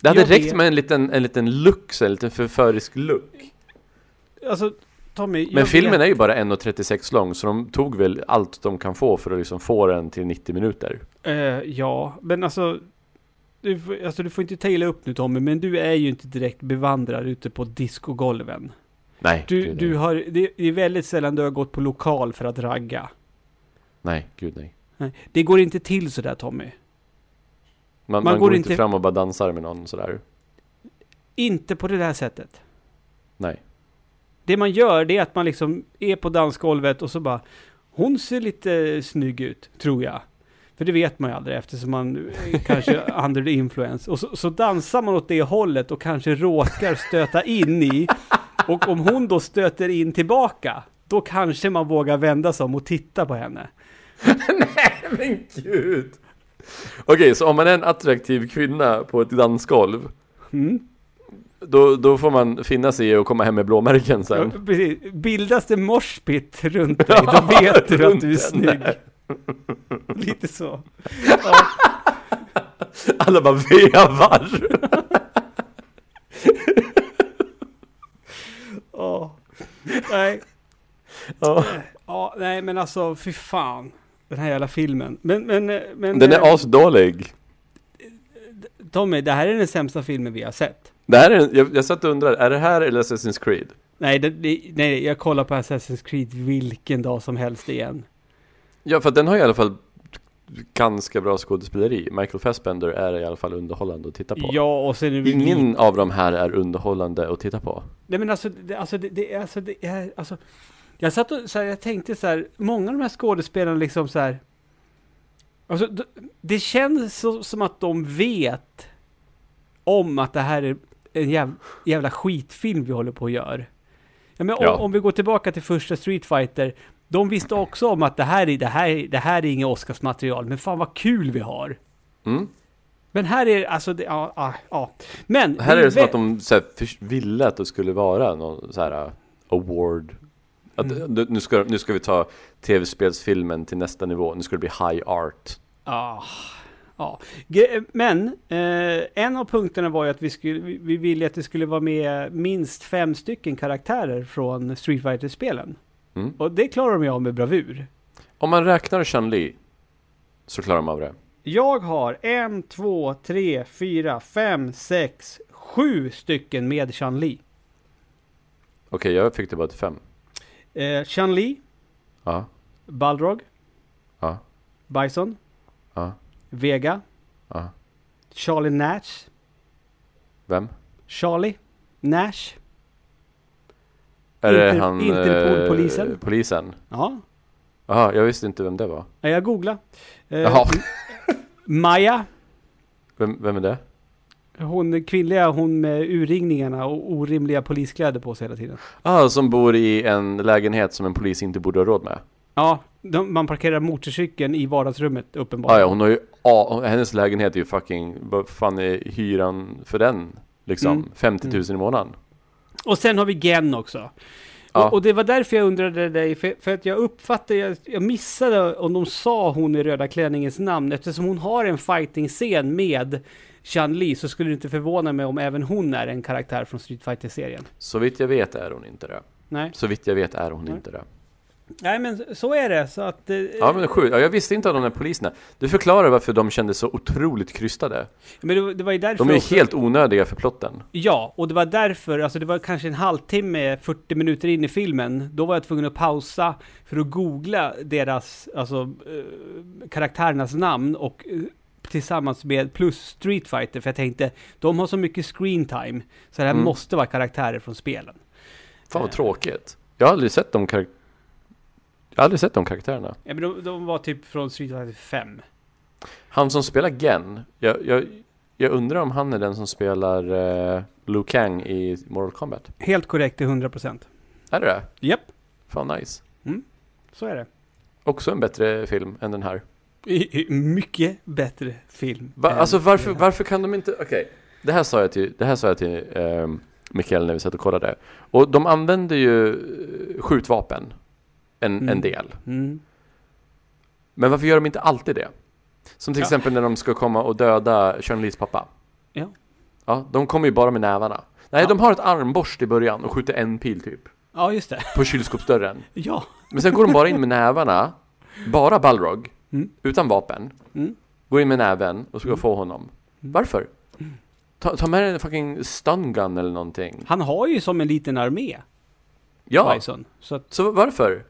[SPEAKER 2] Det hade
[SPEAKER 1] Jag
[SPEAKER 2] räckt
[SPEAKER 1] vet-
[SPEAKER 2] med en liten, en liten look, så en liten förförisk look.
[SPEAKER 1] alltså Tommy. jag
[SPEAKER 2] Men filmen
[SPEAKER 1] vet-
[SPEAKER 2] är ju bara 1.36 lång, så de tog väl allt de kan få för att liksom få den till 90 minuter.
[SPEAKER 1] Eh, ja, men alltså du, får- alltså... du får inte ta illa upp nu Tommy, men du är ju inte direkt bevandrad ute på discogolven.
[SPEAKER 2] Nej,
[SPEAKER 1] Du,
[SPEAKER 2] gud,
[SPEAKER 1] du
[SPEAKER 2] nej.
[SPEAKER 1] har, det det är väldigt sällan du har gått på lokal för att ragga.
[SPEAKER 2] nej, gud nej.
[SPEAKER 1] Nej, Det går inte till sådär Tommy.
[SPEAKER 2] Man,
[SPEAKER 1] Man
[SPEAKER 2] man,
[SPEAKER 1] går
[SPEAKER 2] går, inte
[SPEAKER 1] inte-
[SPEAKER 2] fram och bara dansar med någon sådär.
[SPEAKER 1] Inte på det där sättet.
[SPEAKER 2] Nej.
[SPEAKER 1] Det man gör det är att man liksom är på dansgolvet och så bara Hon ser lite snygg ut, tror jag. För det vet man ju aldrig eftersom man eh, kanske är under influence. Och så, så dansar man åt det hållet och kanske råkar stöta in i. Och om hon då stöter in tillbaka, då kanske man vågar vända sig om och titta på henne.
[SPEAKER 2] Men gud! Okej, så om man är en attraktiv kvinna på ett dansgolv
[SPEAKER 1] Mm.
[SPEAKER 2] då, då får man finna sig i och komma hem med blåmärken sen.
[SPEAKER 1] Ja, precis. Bildas det morspitt runt dig, då vet du att du är
[SPEAKER 2] runt den
[SPEAKER 1] snygg.
[SPEAKER 2] där.
[SPEAKER 1] Lite så.
[SPEAKER 2] Alla bara vevar!
[SPEAKER 1] Ja. Nej.
[SPEAKER 2] Ja.
[SPEAKER 1] Ja, nej men alltså fy fan. Den här jävla filmen. Men, men, eh, men.
[SPEAKER 2] Den
[SPEAKER 1] eh,
[SPEAKER 2] är asdålig.
[SPEAKER 1] Tommy, det här är den sämsta filmen vi har sett.
[SPEAKER 2] Det här är, en- jag, jag satt och undrade, är det här eller Assassin's Creed?
[SPEAKER 1] Nej, det, det, nej, jag kollar på Assassin's Creed vilken dag som helst igen.
[SPEAKER 2] Ja, för att den har i alla fall ganska bra skådespeleri. Michael Fassbender är i alla fall underhållande att titta på.
[SPEAKER 1] Ja, och sen är det
[SPEAKER 2] Ingen av de här är underhållande att titta på.
[SPEAKER 1] Nej men alltså, det, alltså, det, det, alltså, det är, alltså. Jag satt och så här, jag tänkte så här, många av de här skådespelarna liksom så här. Alltså, d- det känns så, som att de vet om att det här är en jävla, jävla skitfilm vi håller på och gör. Ja, men
[SPEAKER 2] Ja.
[SPEAKER 1] Om, om vi går tillbaka till första Street Fighter, de visste också om att det här är, det här, är- det här är inget Oscarsmaterial, men fan vad kul vi har.
[SPEAKER 2] Mm.
[SPEAKER 1] Men här är alltså, det, ja, ja, ja. Men...
[SPEAKER 2] Här är det som
[SPEAKER 1] vä-
[SPEAKER 2] att de så här, förs- ville att det skulle vara någon så här uh, award. Att,
[SPEAKER 1] Mm.
[SPEAKER 2] nu- nu, ska, nu ska vi ta tv-spelsfilmen till nästa nivå. Nu ska det bli high art.
[SPEAKER 1] Ja. Ah, ja. Gre- Men eh, en av punkterna var ju att vi, skulle, vi- vi ville att det skulle vara med minst fem stycken karaktärer från Street Fighter-spelen.
[SPEAKER 2] Mm.
[SPEAKER 1] Och det klarar de ju av med bravur.
[SPEAKER 2] Om man räknar Chun-Li så klarar man av det.
[SPEAKER 1] Jag har en, två, tre, fyra, fem, sex, sju stycken med Chun-Li.
[SPEAKER 2] Okej, jag fick det bara till fem.
[SPEAKER 1] Eh, Chun-Li,
[SPEAKER 2] Ja,
[SPEAKER 1] Balrog,
[SPEAKER 2] ja,
[SPEAKER 1] Bison,
[SPEAKER 2] ja,
[SPEAKER 1] Vega,
[SPEAKER 2] ja.
[SPEAKER 1] Charlie Nash,
[SPEAKER 2] Vem?
[SPEAKER 1] Charlie Nash,
[SPEAKER 2] Är
[SPEAKER 1] Inter-
[SPEAKER 2] det han...
[SPEAKER 1] Interpol-polisen?
[SPEAKER 2] eh, polisen?
[SPEAKER 1] ja,
[SPEAKER 2] Jaha, jag visste inte vem det var.
[SPEAKER 1] Nej, jag googla. Eh,
[SPEAKER 2] Jaha,
[SPEAKER 1] Maya,
[SPEAKER 2] vem, vem är det?
[SPEAKER 1] Hon kvinnliga, hon med urringningarna och orimliga poliskläder på sig hela tiden.
[SPEAKER 2] Ah, som bor i en lägenhet som en polis inte borde ha råd med.
[SPEAKER 1] Ja, de, man parkerar motorcykeln i vardagsrummet uppenbarligen.
[SPEAKER 2] Ah, ja, hon har ju, ah, hennes lägenhet är ju fucking, vad fan är hyran för den? Liksom,
[SPEAKER 1] Mm.
[SPEAKER 2] 50 000 i månaden.
[SPEAKER 1] Och sen har vi Gen också.
[SPEAKER 2] Ja.
[SPEAKER 1] Och, och det var därför jag undrade dig, för, för att jag uppfattade, jag, jag missade om de sa hon i röda klänningens namn. Eftersom hon har en fighting-scen med Chan Li så skulle det inte förvåna mig om även hon är en karaktär från Street Fighter-serien.
[SPEAKER 2] Så vitt jag vet är hon inte det.
[SPEAKER 1] Nej.
[SPEAKER 2] Så vitt jag vet är hon
[SPEAKER 1] Nej.
[SPEAKER 2] inte det.
[SPEAKER 1] Nej, men så är det. Så att... eh,
[SPEAKER 2] Ja men sjukt, ja, jag visste inte om de där poliserna. Du förklarar varför de kändes så otroligt krystade.
[SPEAKER 1] men det, var- det var ju därför
[SPEAKER 2] De är ju
[SPEAKER 1] också-
[SPEAKER 2] helt onödiga för plotten.
[SPEAKER 1] Ja, och det var därför, alltså det var kanske en halvtimme, 40 minuter in i filmen, då var jag tvungen att pausa för att googla deras, alltså eh, karaktärernas namn och eh, tillsammans med plus Street Fighter för jag tänkte, de har så mycket screen time, så det här
[SPEAKER 2] Mm.
[SPEAKER 1] måste vara karaktärer från spelen.
[SPEAKER 2] Fan vad
[SPEAKER 1] Eh.
[SPEAKER 2] tråkigt. Jag har aldrig sett de karak- Jag har aldrig sett de karaktärerna.
[SPEAKER 1] Ja, men de, de var typ från Street Fighter 5.
[SPEAKER 2] Han som spelar Gen, jag, jag, jag undrar om han är den som spelar uh, Liu Kang i Mortal Kombat.
[SPEAKER 1] Helt korrekt till 100%.
[SPEAKER 2] Är det det?
[SPEAKER 1] Japp,
[SPEAKER 2] Fan nice.
[SPEAKER 1] så är det.
[SPEAKER 2] Också en bättre film än den här.
[SPEAKER 1] I- i- Mycket bättre film.
[SPEAKER 2] Va,
[SPEAKER 1] än-
[SPEAKER 2] alltså varför, varför kan de inte... Okej, det här sa jag till, det här sa jag till ehm, Mikael när vi satt och kollade. Och de använder ju eh, skjutvapen en,
[SPEAKER 1] Mm.
[SPEAKER 2] en del.
[SPEAKER 1] Mm.
[SPEAKER 2] Men varför gör de inte alltid det? Som till
[SPEAKER 1] Ja.
[SPEAKER 2] exempel när de ska komma och döda Chun-Lis pappa.
[SPEAKER 1] Ja.
[SPEAKER 2] Ja, de kommer ju bara med nävarna. Nej,
[SPEAKER 1] Ja.
[SPEAKER 2] de har ett armborst i början och skjuter en pil typ.
[SPEAKER 1] Ja, just det.
[SPEAKER 2] På kylskåpsdörren.
[SPEAKER 1] Ja.
[SPEAKER 2] Men sen går de bara in med nävarna, bara Balrog,
[SPEAKER 1] Mm.
[SPEAKER 2] utan vapen.
[SPEAKER 1] Mm.
[SPEAKER 2] Går in med näven och ska få honom. Varför? Ta, ta med en fucking stun gun eller någonting.
[SPEAKER 1] Han har ju som en liten armé.
[SPEAKER 2] Ja,
[SPEAKER 1] Bison. Så att,
[SPEAKER 2] så varför?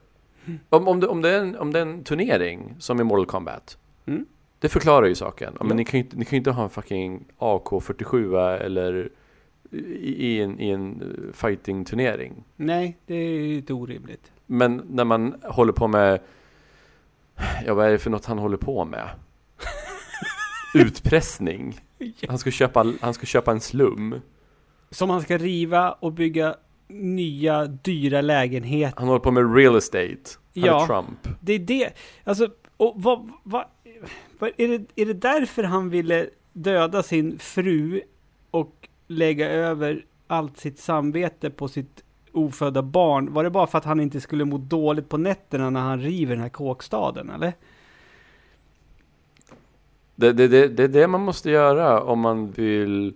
[SPEAKER 2] Om, om, det, om, det är en, om det är en turnering som i Mortal Kombat.
[SPEAKER 1] Mm.
[SPEAKER 2] Det förklarar ju saken. Ja, Men
[SPEAKER 1] Ja.
[SPEAKER 2] ni kan ju inte, ni kan ju inte ha en fucking AK47 eller i, i en, i en eh, fighting-turnering.
[SPEAKER 1] nej, det är lite orimligt.
[SPEAKER 2] Men när man håller på med Ja, vad är det för något han håller på med? Utpressning. Han ska köpa, han ska köpa en slum.
[SPEAKER 1] Som han ska riva och bygga nya dyra lägenheter.
[SPEAKER 2] Han håller på med real estate. Han
[SPEAKER 1] Ja.
[SPEAKER 2] är Trump.
[SPEAKER 1] Det är det. Alltså, och vad, vad, vad är, det, är det därför han ville döda sin fru och lägga över allt sitt samvete på sitt ofödda barn? Var det bara för att han inte skulle må dåligt på nätterna när han river den här kåkstaden, eller?
[SPEAKER 2] Det, det, det, det är det man måste göra om man vill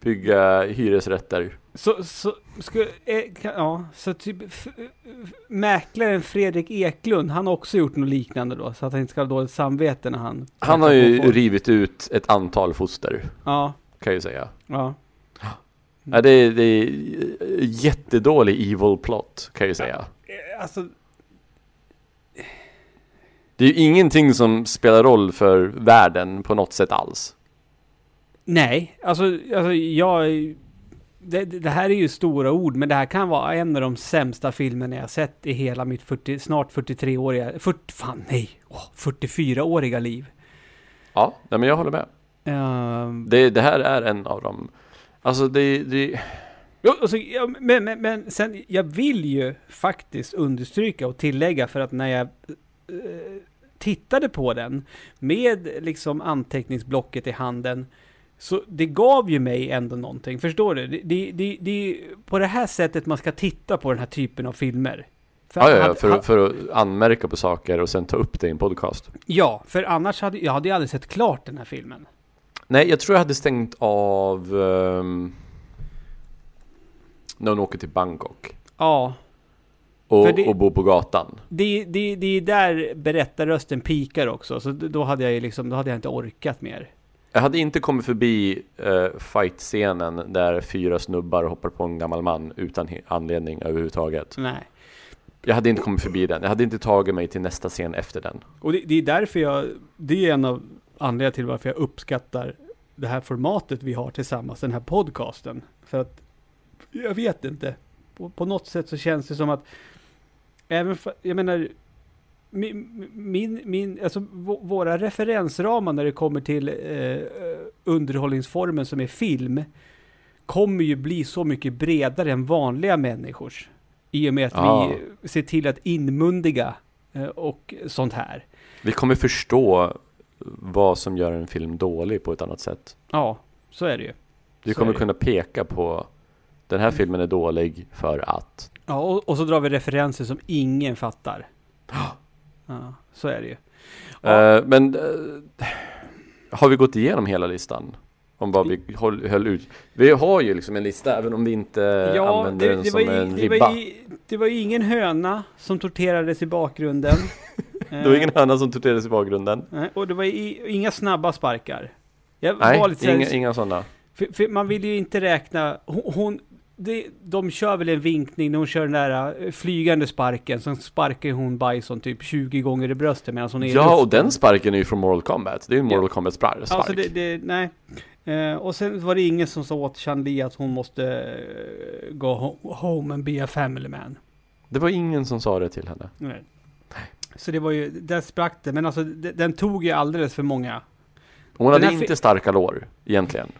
[SPEAKER 2] bygga hyresrätter.
[SPEAKER 1] Så, så, ska, eh, kan, ja, så typ f, f, mäklaren Fredrik Eklund, han har också gjort något liknande då, så att han inte ska ha dåligt samvete när han...
[SPEAKER 2] Han har ju
[SPEAKER 1] Folk.
[SPEAKER 2] rivit ut ett antal foster,
[SPEAKER 1] Ja,
[SPEAKER 2] kan jag ju säga.
[SPEAKER 1] ja.
[SPEAKER 2] Ja, det, är, det är jättedålig evil plot, kan jag ju säga.
[SPEAKER 1] Eh, Alltså,
[SPEAKER 2] Det är ju ingenting som spelar roll för världen på något sätt alls.
[SPEAKER 1] nej, alltså, alltså jag... Det, det här är ju stora ord, men det här kan vara en av de sämsta filmerna jag sett i hela mitt 40, snart 43-åriga... 40, fan nej! Åh, 44-åriga liv.
[SPEAKER 2] Ja, nej, men jag håller med.
[SPEAKER 1] Ehm,
[SPEAKER 2] Det, det här är en av dem. Alltså det, det
[SPEAKER 1] Jo, alltså, ja, men, men, men sen, jag vill ju faktiskt understryka och tillägga för att när jag eh, tittade på den med liksom anteckningsblocket i handen så det gav ju mig ändå någonting, förstår du? Det, det, det, det är på det här sättet man ska titta på den här typen av filmer. För
[SPEAKER 2] ja, ja, ja,
[SPEAKER 1] hade-
[SPEAKER 2] för,
[SPEAKER 1] ha-
[SPEAKER 2] för att anmärka på saker och sen ta upp det i en podcast.
[SPEAKER 1] ja, för annars hade jag hade ju aldrig sett klart den här filmen.
[SPEAKER 2] Nej, jag tror jag hade stängt av ehm, när hon åker till Bangkok
[SPEAKER 1] Ja,
[SPEAKER 2] och,
[SPEAKER 1] För det-
[SPEAKER 2] och bor på gatan.
[SPEAKER 1] det, det, det är där berättarrösten pikar också, så då hade jag ju liksom, då hade jag inte orkat mer.
[SPEAKER 2] Jag hade inte kommit förbi eh, fight-scenen där fyra snubbar hoppar på en gammal man utan he- anledning överhuvudtaget.
[SPEAKER 1] Nej.
[SPEAKER 2] Jag hade inte kommit förbi den. Jag hade inte tagit mig till nästa scen efter den.
[SPEAKER 1] Och det, det är därför jag, det är en av anledningarna till varför jag uppskattar det här formatet vi har tillsammans, den här podcasten. För att, jag vet inte. På, på något sätt så känns det som att, även för, jag menar, min, min, min alltså vå- våra referensramar när det kommer till eh, underhållningsformen som är film, kommer ju bli så mycket bredare än vanliga människors. I och med att
[SPEAKER 2] Ja.
[SPEAKER 1] vi ser till att inmundiga eh, och sånt här.
[SPEAKER 2] Vi kommer förstå vad som gör en film dålig på ett annat sätt.
[SPEAKER 1] Ja, så är det ju.
[SPEAKER 2] Du
[SPEAKER 1] Så
[SPEAKER 2] kommer
[SPEAKER 1] är det.
[SPEAKER 2] kunna peka på den här filmen är dålig för att.
[SPEAKER 1] Ja, och, och så drar vi referenser som ingen fattar. Ja, så är det ju. Ja.
[SPEAKER 2] Eh, men eh, har vi gått igenom hela listan? Om vad vi höll, höll ut. Vi har ju liksom en lista även om vi inte Eh, använder den som
[SPEAKER 1] ju-
[SPEAKER 2] en
[SPEAKER 1] det, var
[SPEAKER 2] ribba.
[SPEAKER 1] ju, det var ju ingen höna som torterades i bakgrunden. Eh,
[SPEAKER 2] Det var ingen annan som torterades i bakgrunden.
[SPEAKER 1] Nej, Och det var i, inga snabba sparkar. Jag var
[SPEAKER 2] Nej,
[SPEAKER 1] lite så här-
[SPEAKER 2] inga, inga sådana.
[SPEAKER 1] För, för man vill ju inte räkna, hon, hon det, de kör väl en vinkning när hon kör den där eh, flygande sparken, sen sparkar ju hon Bison typ 20 gånger i bröstet medan hon är i
[SPEAKER 2] Ja, och
[SPEAKER 1] luften.
[SPEAKER 2] den sparken är ju från Mortal Kombat. Det är ju en
[SPEAKER 1] Ja.
[SPEAKER 2] Mortal Kombat-spark.
[SPEAKER 1] Alltså det, det, nej. Eh, och sen var det ingen som sa åt Chan-Li att hon måste eh, gå ho- home and be a family man.
[SPEAKER 2] det var ingen som sa det till henne.
[SPEAKER 1] Nej. Så det var ju, där sprack det. Men alltså de- den tog ju alldeles för många.
[SPEAKER 2] Hon
[SPEAKER 1] Den
[SPEAKER 2] hade
[SPEAKER 1] här fi-
[SPEAKER 2] inte starka lår, egentligen.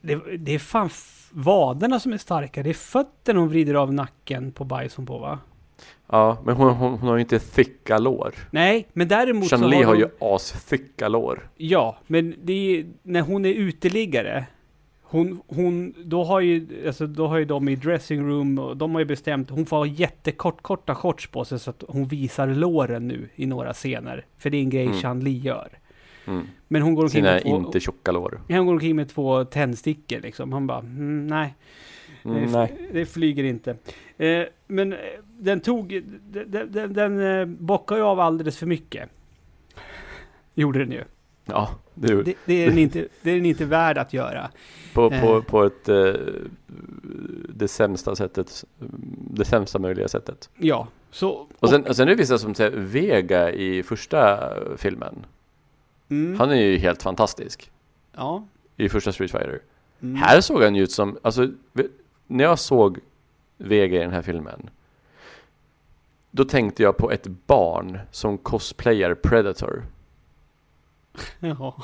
[SPEAKER 1] Det, det är fan f- vaderna som är starka. Det är fötterna hon vrider av nacken på Bison på va?
[SPEAKER 2] Ja, men hon, hon, hon har ju inte thicka lår.
[SPEAKER 1] Nej, men däremot så
[SPEAKER 2] Chan-Li har
[SPEAKER 1] hon-
[SPEAKER 2] ju asthicka lår.
[SPEAKER 1] Ja, men det är, när hon är uteliggare, hon, hon, då, har ju, alltså, då har ju de i dressing room, och de har ju bestämt, hon får ha jättekortkorta shorts på sig så att hon visar låren nu i några scener. För det är en grej
[SPEAKER 2] Mm.
[SPEAKER 1] Chan Li gör.
[SPEAKER 2] Mm.
[SPEAKER 1] Men hon går omkring
[SPEAKER 2] Sina
[SPEAKER 1] med två,
[SPEAKER 2] inte tjocka lår.
[SPEAKER 1] Ja, hon går omkring med två tändstickor liksom. Han bara, mm, nej.
[SPEAKER 2] Mm,
[SPEAKER 1] det,
[SPEAKER 2] nej.
[SPEAKER 1] det flyger inte. Eh, men eh, den tog... Den, den, den eh, bockade ju av alldeles för mycket. Gjorde den ju.
[SPEAKER 2] Ja, du.
[SPEAKER 1] Det, det, är den inte, det är den inte värd att göra.
[SPEAKER 2] På,
[SPEAKER 1] Eh.
[SPEAKER 2] på, på ett, eh, det sämsta sättet, det sämsta möjliga sättet.
[SPEAKER 1] Ja, så...
[SPEAKER 2] Och sen, och sen är det vissa som säger Vega i första filmen.
[SPEAKER 1] mm,
[SPEAKER 2] Han är ju helt fantastisk
[SPEAKER 1] ja,
[SPEAKER 2] i första Street Fighter.
[SPEAKER 1] mm,
[SPEAKER 2] Här såg han ju ut som, alltså, ve- när jag såg Vega i den här filmen. Då tänkte jag på ett barn som cosplayar Predator.
[SPEAKER 1] Ja.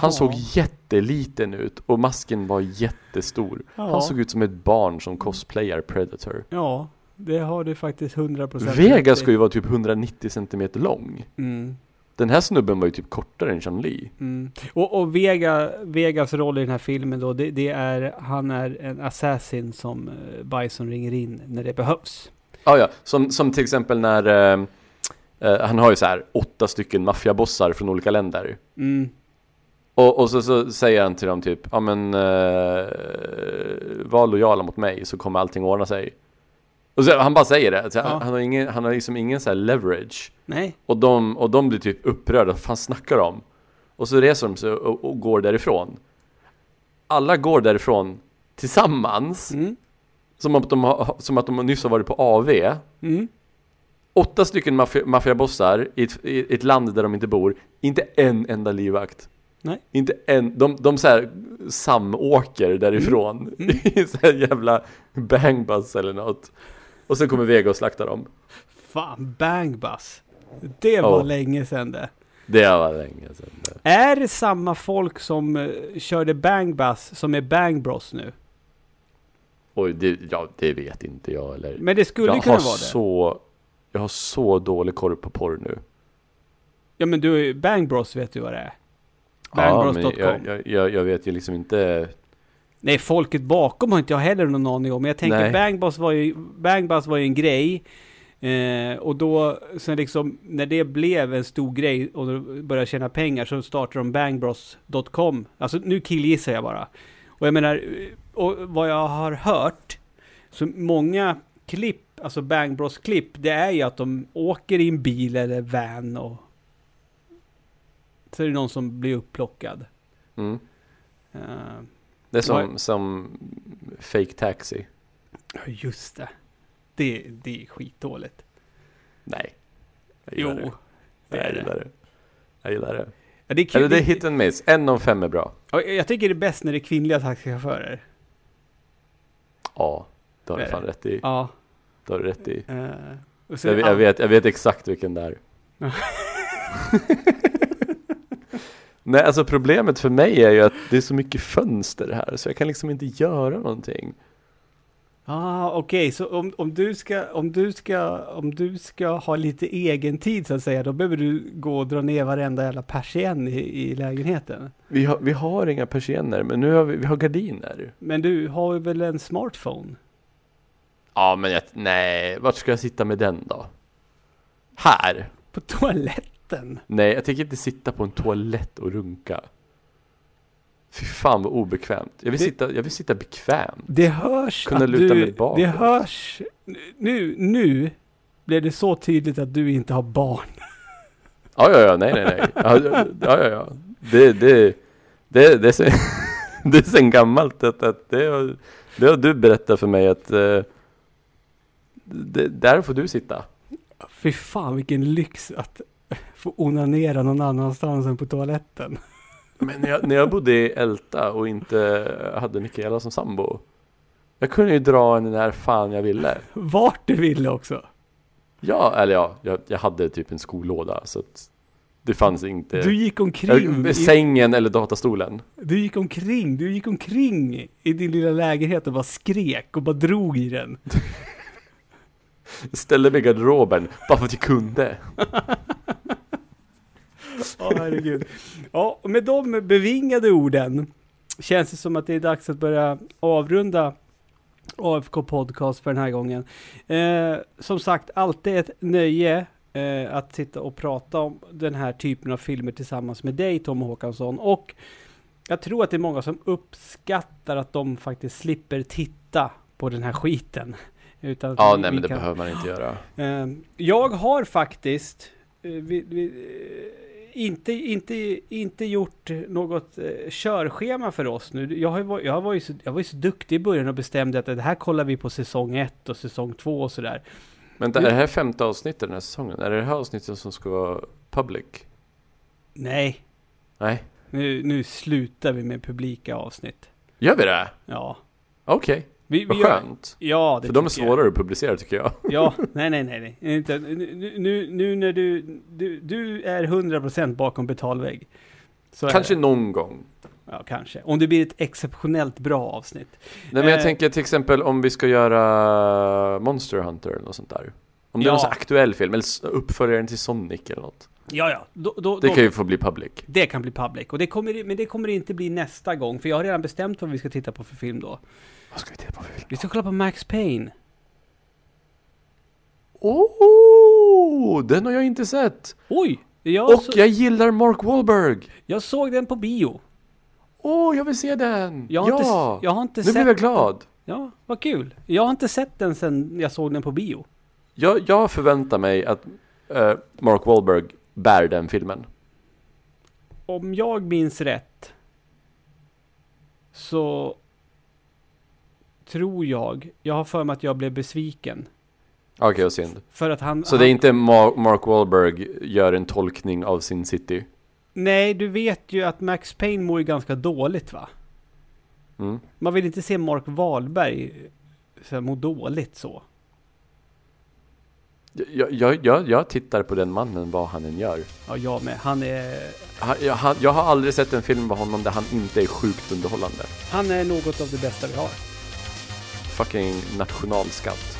[SPEAKER 2] Han såg jätteliten ut och masken var jättestor.
[SPEAKER 1] Ja.
[SPEAKER 2] Han såg ut som ett barn som cosplayar Predator.
[SPEAKER 1] Ja, det har du faktiskt 100 procent.
[SPEAKER 2] Vega ska ju vara typ 190 cm lång.
[SPEAKER 1] Mm,
[SPEAKER 2] Den här snubben var ju typ kortare än Chun Li.
[SPEAKER 1] mm. Och, och Vega, Vegas roll i den här filmen då, det, det är, han är en assassin som eh, Bison ringer in när det behövs.
[SPEAKER 2] Ah, ja, som, som till exempel när eh, eh, han har ju så här åtta stycken maffiabossar från olika länder.
[SPEAKER 1] Mm.
[SPEAKER 2] Och, och så, så säger han till dem typ, ja men eh, var lojala mot mig så kommer allting ordna sig. Och så, han bara säger det, så,
[SPEAKER 1] Ja.
[SPEAKER 2] han, han, har ingen, han har liksom ingen så här leverage.
[SPEAKER 1] Nej.
[SPEAKER 2] Och de, och de blir typ upprörda, vad fan snackar de? Och så reser de sig och, och går därifrån. Alla går därifrån tillsammans,
[SPEAKER 1] Mm.
[SPEAKER 2] som, att de har, som att de nyss har varit på AV.
[SPEAKER 1] Mm.
[SPEAKER 2] Åtta stycken maffi- maffiabossar i ett, i ett land där de inte bor. Inte en enda livvakt.
[SPEAKER 1] Nej.
[SPEAKER 2] Inte en. De, de så här samåker därifrån. I så här jävla bangbus eller något. Och sen kommer Vega och slaktar dem.
[SPEAKER 1] Fan, Bang Bus. Det var
[SPEAKER 2] Ja.
[SPEAKER 1] länge sedan det.
[SPEAKER 2] Det var länge sedan.
[SPEAKER 1] Är det samma folk som eh, körde Bang Bus som är Bang Bros nu?
[SPEAKER 2] Oj, det, ja, det vet inte jag eller.
[SPEAKER 1] Men det skulle
[SPEAKER 2] jag
[SPEAKER 1] kunna
[SPEAKER 2] har
[SPEAKER 1] vara det.
[SPEAKER 2] så, Jag har så dålig koll på porr nu.
[SPEAKER 1] Ja men du, Bang Bros vet du vad det är.
[SPEAKER 2] Ja, men
[SPEAKER 1] Bangbros.com.
[SPEAKER 2] jag, jag, jag, jag vet ju liksom inte.
[SPEAKER 1] Nej, folket bakom har inte jag heller någon aning om. Men jag tänker
[SPEAKER 2] Nej.
[SPEAKER 1] Bang Bus var ju, Bang Bus var ju en grej. Eh, och då, sen liksom, när det blev en stor grej och de började tjäna pengar så startade de bangbros.com. Alltså nu killgissar jag bara. Och jag menar, och vad jag har hört, så många klipp, alltså Bang Bros-klipp, det är ju att de åker i en bil eller van och så är det någon som blir upplockad.
[SPEAKER 2] Mm.
[SPEAKER 1] Eh,
[SPEAKER 2] Det är som, som fake taxi.
[SPEAKER 1] Ja, just det. Det, det är skitdåligt.
[SPEAKER 2] Nej. Jag
[SPEAKER 1] Jo,
[SPEAKER 2] gillar det.
[SPEAKER 1] det är
[SPEAKER 2] jag
[SPEAKER 1] det.
[SPEAKER 2] gillar det. Jag gillar det.
[SPEAKER 1] Ja, det är kul.
[SPEAKER 2] Eller det är
[SPEAKER 1] det,
[SPEAKER 2] hit and miss. En av fem är bra.
[SPEAKER 1] ja, jag tycker det är bäst när det är kvinnliga taxichaufförer.
[SPEAKER 2] Ja, det har
[SPEAKER 1] Det
[SPEAKER 2] du
[SPEAKER 1] är
[SPEAKER 2] fan rätt i.
[SPEAKER 1] Ja.
[SPEAKER 2] Det har du rätt i.
[SPEAKER 1] eh, och så
[SPEAKER 2] Jag
[SPEAKER 1] är det
[SPEAKER 2] vet, jag
[SPEAKER 1] all-
[SPEAKER 2] vet, jag vet exakt vilken det är.
[SPEAKER 1] Ja.
[SPEAKER 2] Nej, alltså problemet för mig är ju att det är så mycket fönster här så jag kan liksom inte göra någonting.
[SPEAKER 1] Ah, Okej, så om, om, du ska, om, du ska, om du ska ha lite egen tid så att säga, då behöver du gå och dra ner varenda jävla persien i, i lägenheten.
[SPEAKER 2] Vi har, vi har inga persienner, men nu har vi, vi har gardiner.
[SPEAKER 1] Men du har ju väl en smartphone?
[SPEAKER 2] Ja, men jag, nej, vart ska jag sitta med den då? Här?
[SPEAKER 1] På toaletten?
[SPEAKER 2] Nej, jag tänker inte sitta på en toalett och runka. Fy fan vad obekvämt. Jag vill,
[SPEAKER 1] Det-
[SPEAKER 2] sitta, jag vill sitta bekvämt.
[SPEAKER 1] Det hörs
[SPEAKER 2] Kunna
[SPEAKER 1] att
[SPEAKER 2] luta
[SPEAKER 1] du,
[SPEAKER 2] mig bakåt.
[SPEAKER 1] det hörs, nu, nu blev det så tydligt att du inte har barn.
[SPEAKER 2] Ja, ja, ja, nej, nej, nej. Ja, ja, ja. ja. Det, det, det, det, är sen, det är sen gammalt att, att det, har, det har du berättat för mig att eh, det, där får du sitta.
[SPEAKER 1] Fy fan vilken lyx att få onanera någon annanstans än på toaletten.
[SPEAKER 2] Men när jag, när jag bodde i Älta och inte hade Mikaela som sambo. Jag kunde ju dra henne när fan jag ville.
[SPEAKER 1] Vart du ville också.
[SPEAKER 2] Ja, eller ja, jag, jag hade typ en skolåda så att det fanns inte.
[SPEAKER 1] Du gick omkring.
[SPEAKER 2] Äh,
[SPEAKER 1] I,
[SPEAKER 2] Sängen eller datastolen.
[SPEAKER 1] du gick omkring. Du gick omkring i din lilla lägenhet och bara skrek och bara drog i den.
[SPEAKER 2] Ställde mig i garderoben bara för att jag kunde.
[SPEAKER 1] Ja, herregud. Ja, och med de bevingade orden känns det som att det är dags att börja avrunda AFK Podcast för den här gången. Eh, som sagt, alltid ett nöje eh, att sitta och prata om den här typen av filmer tillsammans med dig, Tom Håkansson. Och jag tror att det är många som uppskattar att de faktiskt slipper titta på den här skiten. Utan att
[SPEAKER 2] Ja,
[SPEAKER 1] vi-
[SPEAKER 2] nej
[SPEAKER 1] vi
[SPEAKER 2] men det
[SPEAKER 1] kan-
[SPEAKER 2] behöver man inte göra.
[SPEAKER 1] Eh, Jag har faktiskt eh, vi, vi, eh, inte, inte, inte gjort något eh, körschema för oss nu. Jag, har ju, var- jag, var ju så, jag var ju så duktig i början och bestämde att det här kollar vi på säsong 1 och säsong 2 och sådär.
[SPEAKER 2] Vänta, är det här femte avsnittet den här säsongen? Är det det här avsnittet som ska vara public?
[SPEAKER 1] Nej,
[SPEAKER 2] Nej.
[SPEAKER 1] nu, nu slutar vi med publika avsnitt.
[SPEAKER 2] Gör vi det?
[SPEAKER 1] Ja,
[SPEAKER 2] Okej.
[SPEAKER 1] vi Vi, vi
[SPEAKER 2] Vad
[SPEAKER 1] gör,
[SPEAKER 2] skönt.
[SPEAKER 1] ja, det
[SPEAKER 2] För de är
[SPEAKER 1] tycker jag.
[SPEAKER 2] svårare att publicera tycker jag.
[SPEAKER 1] Ja, nej, nej, nej. nej. Inte, nu, nu, nu när du, du, du är 100% bakom betalvägg. Så är
[SPEAKER 2] Kanske
[SPEAKER 1] det.
[SPEAKER 2] någon gång.
[SPEAKER 1] Ja, kanske. Om det blir ett exceptionellt bra avsnitt.
[SPEAKER 2] Nej men jag
[SPEAKER 1] Eh.
[SPEAKER 2] tänker till exempel om vi ska göra Monster Hunter eller något sånt där. Om det är
[SPEAKER 1] Ja.
[SPEAKER 2] någon sån här aktuell film, eller s- uppföljaren till Sonic eller något.
[SPEAKER 1] Ja, ja. Då, då,
[SPEAKER 2] Det
[SPEAKER 1] då,
[SPEAKER 2] kan ju få bli public.
[SPEAKER 1] det kan bli public. Och det kommer, men det kommer inte bli nästa gång. För jag har redan bestämt vad vi ska titta på för film då.
[SPEAKER 2] Vad ska vi titta på för film?
[SPEAKER 1] Vi ska kolla på Max Payne.
[SPEAKER 2] Oh, den har jag inte sett!
[SPEAKER 1] Oj! Jag,
[SPEAKER 2] Och
[SPEAKER 1] så,
[SPEAKER 2] jag gillar Mark Wahlberg!
[SPEAKER 1] jag såg den på bio.
[SPEAKER 2] Åh, jag vill se den!
[SPEAKER 1] Jag har
[SPEAKER 2] ja!
[SPEAKER 1] inte, s- jag har inte
[SPEAKER 2] nu
[SPEAKER 1] sett
[SPEAKER 2] blev jag glad!
[SPEAKER 1] Ja, vad kul. Jag har inte sett den sen jag såg den på bio.
[SPEAKER 2] Jag, jag förväntar mig att eh, Mark Wahlberg bär den filmen.
[SPEAKER 1] Om jag minns rätt så tror jag, jag har för mig att jag blev besviken.
[SPEAKER 2] Okej, vad synd.
[SPEAKER 1] För att han...
[SPEAKER 2] Så
[SPEAKER 1] han,
[SPEAKER 2] det är inte Ma- Mark Wahlberg gör en tolkning av sin city?
[SPEAKER 1] Nej, du vet ju att Max Payne mår ju ganska dåligt va?
[SPEAKER 2] Mm.
[SPEAKER 1] Man vill inte se Mark Wahlberg så här, må dåligt så.
[SPEAKER 2] Jag, jag, jag, jag tittar på den mannen vad han än gör.
[SPEAKER 1] Ja, jag med. Han är,
[SPEAKER 2] Han, jag, han, jag har aldrig sett en film med honom där han inte är sjukt underhållande.
[SPEAKER 1] han är något av det bästa vi har.
[SPEAKER 2] Fucking nationalskatt.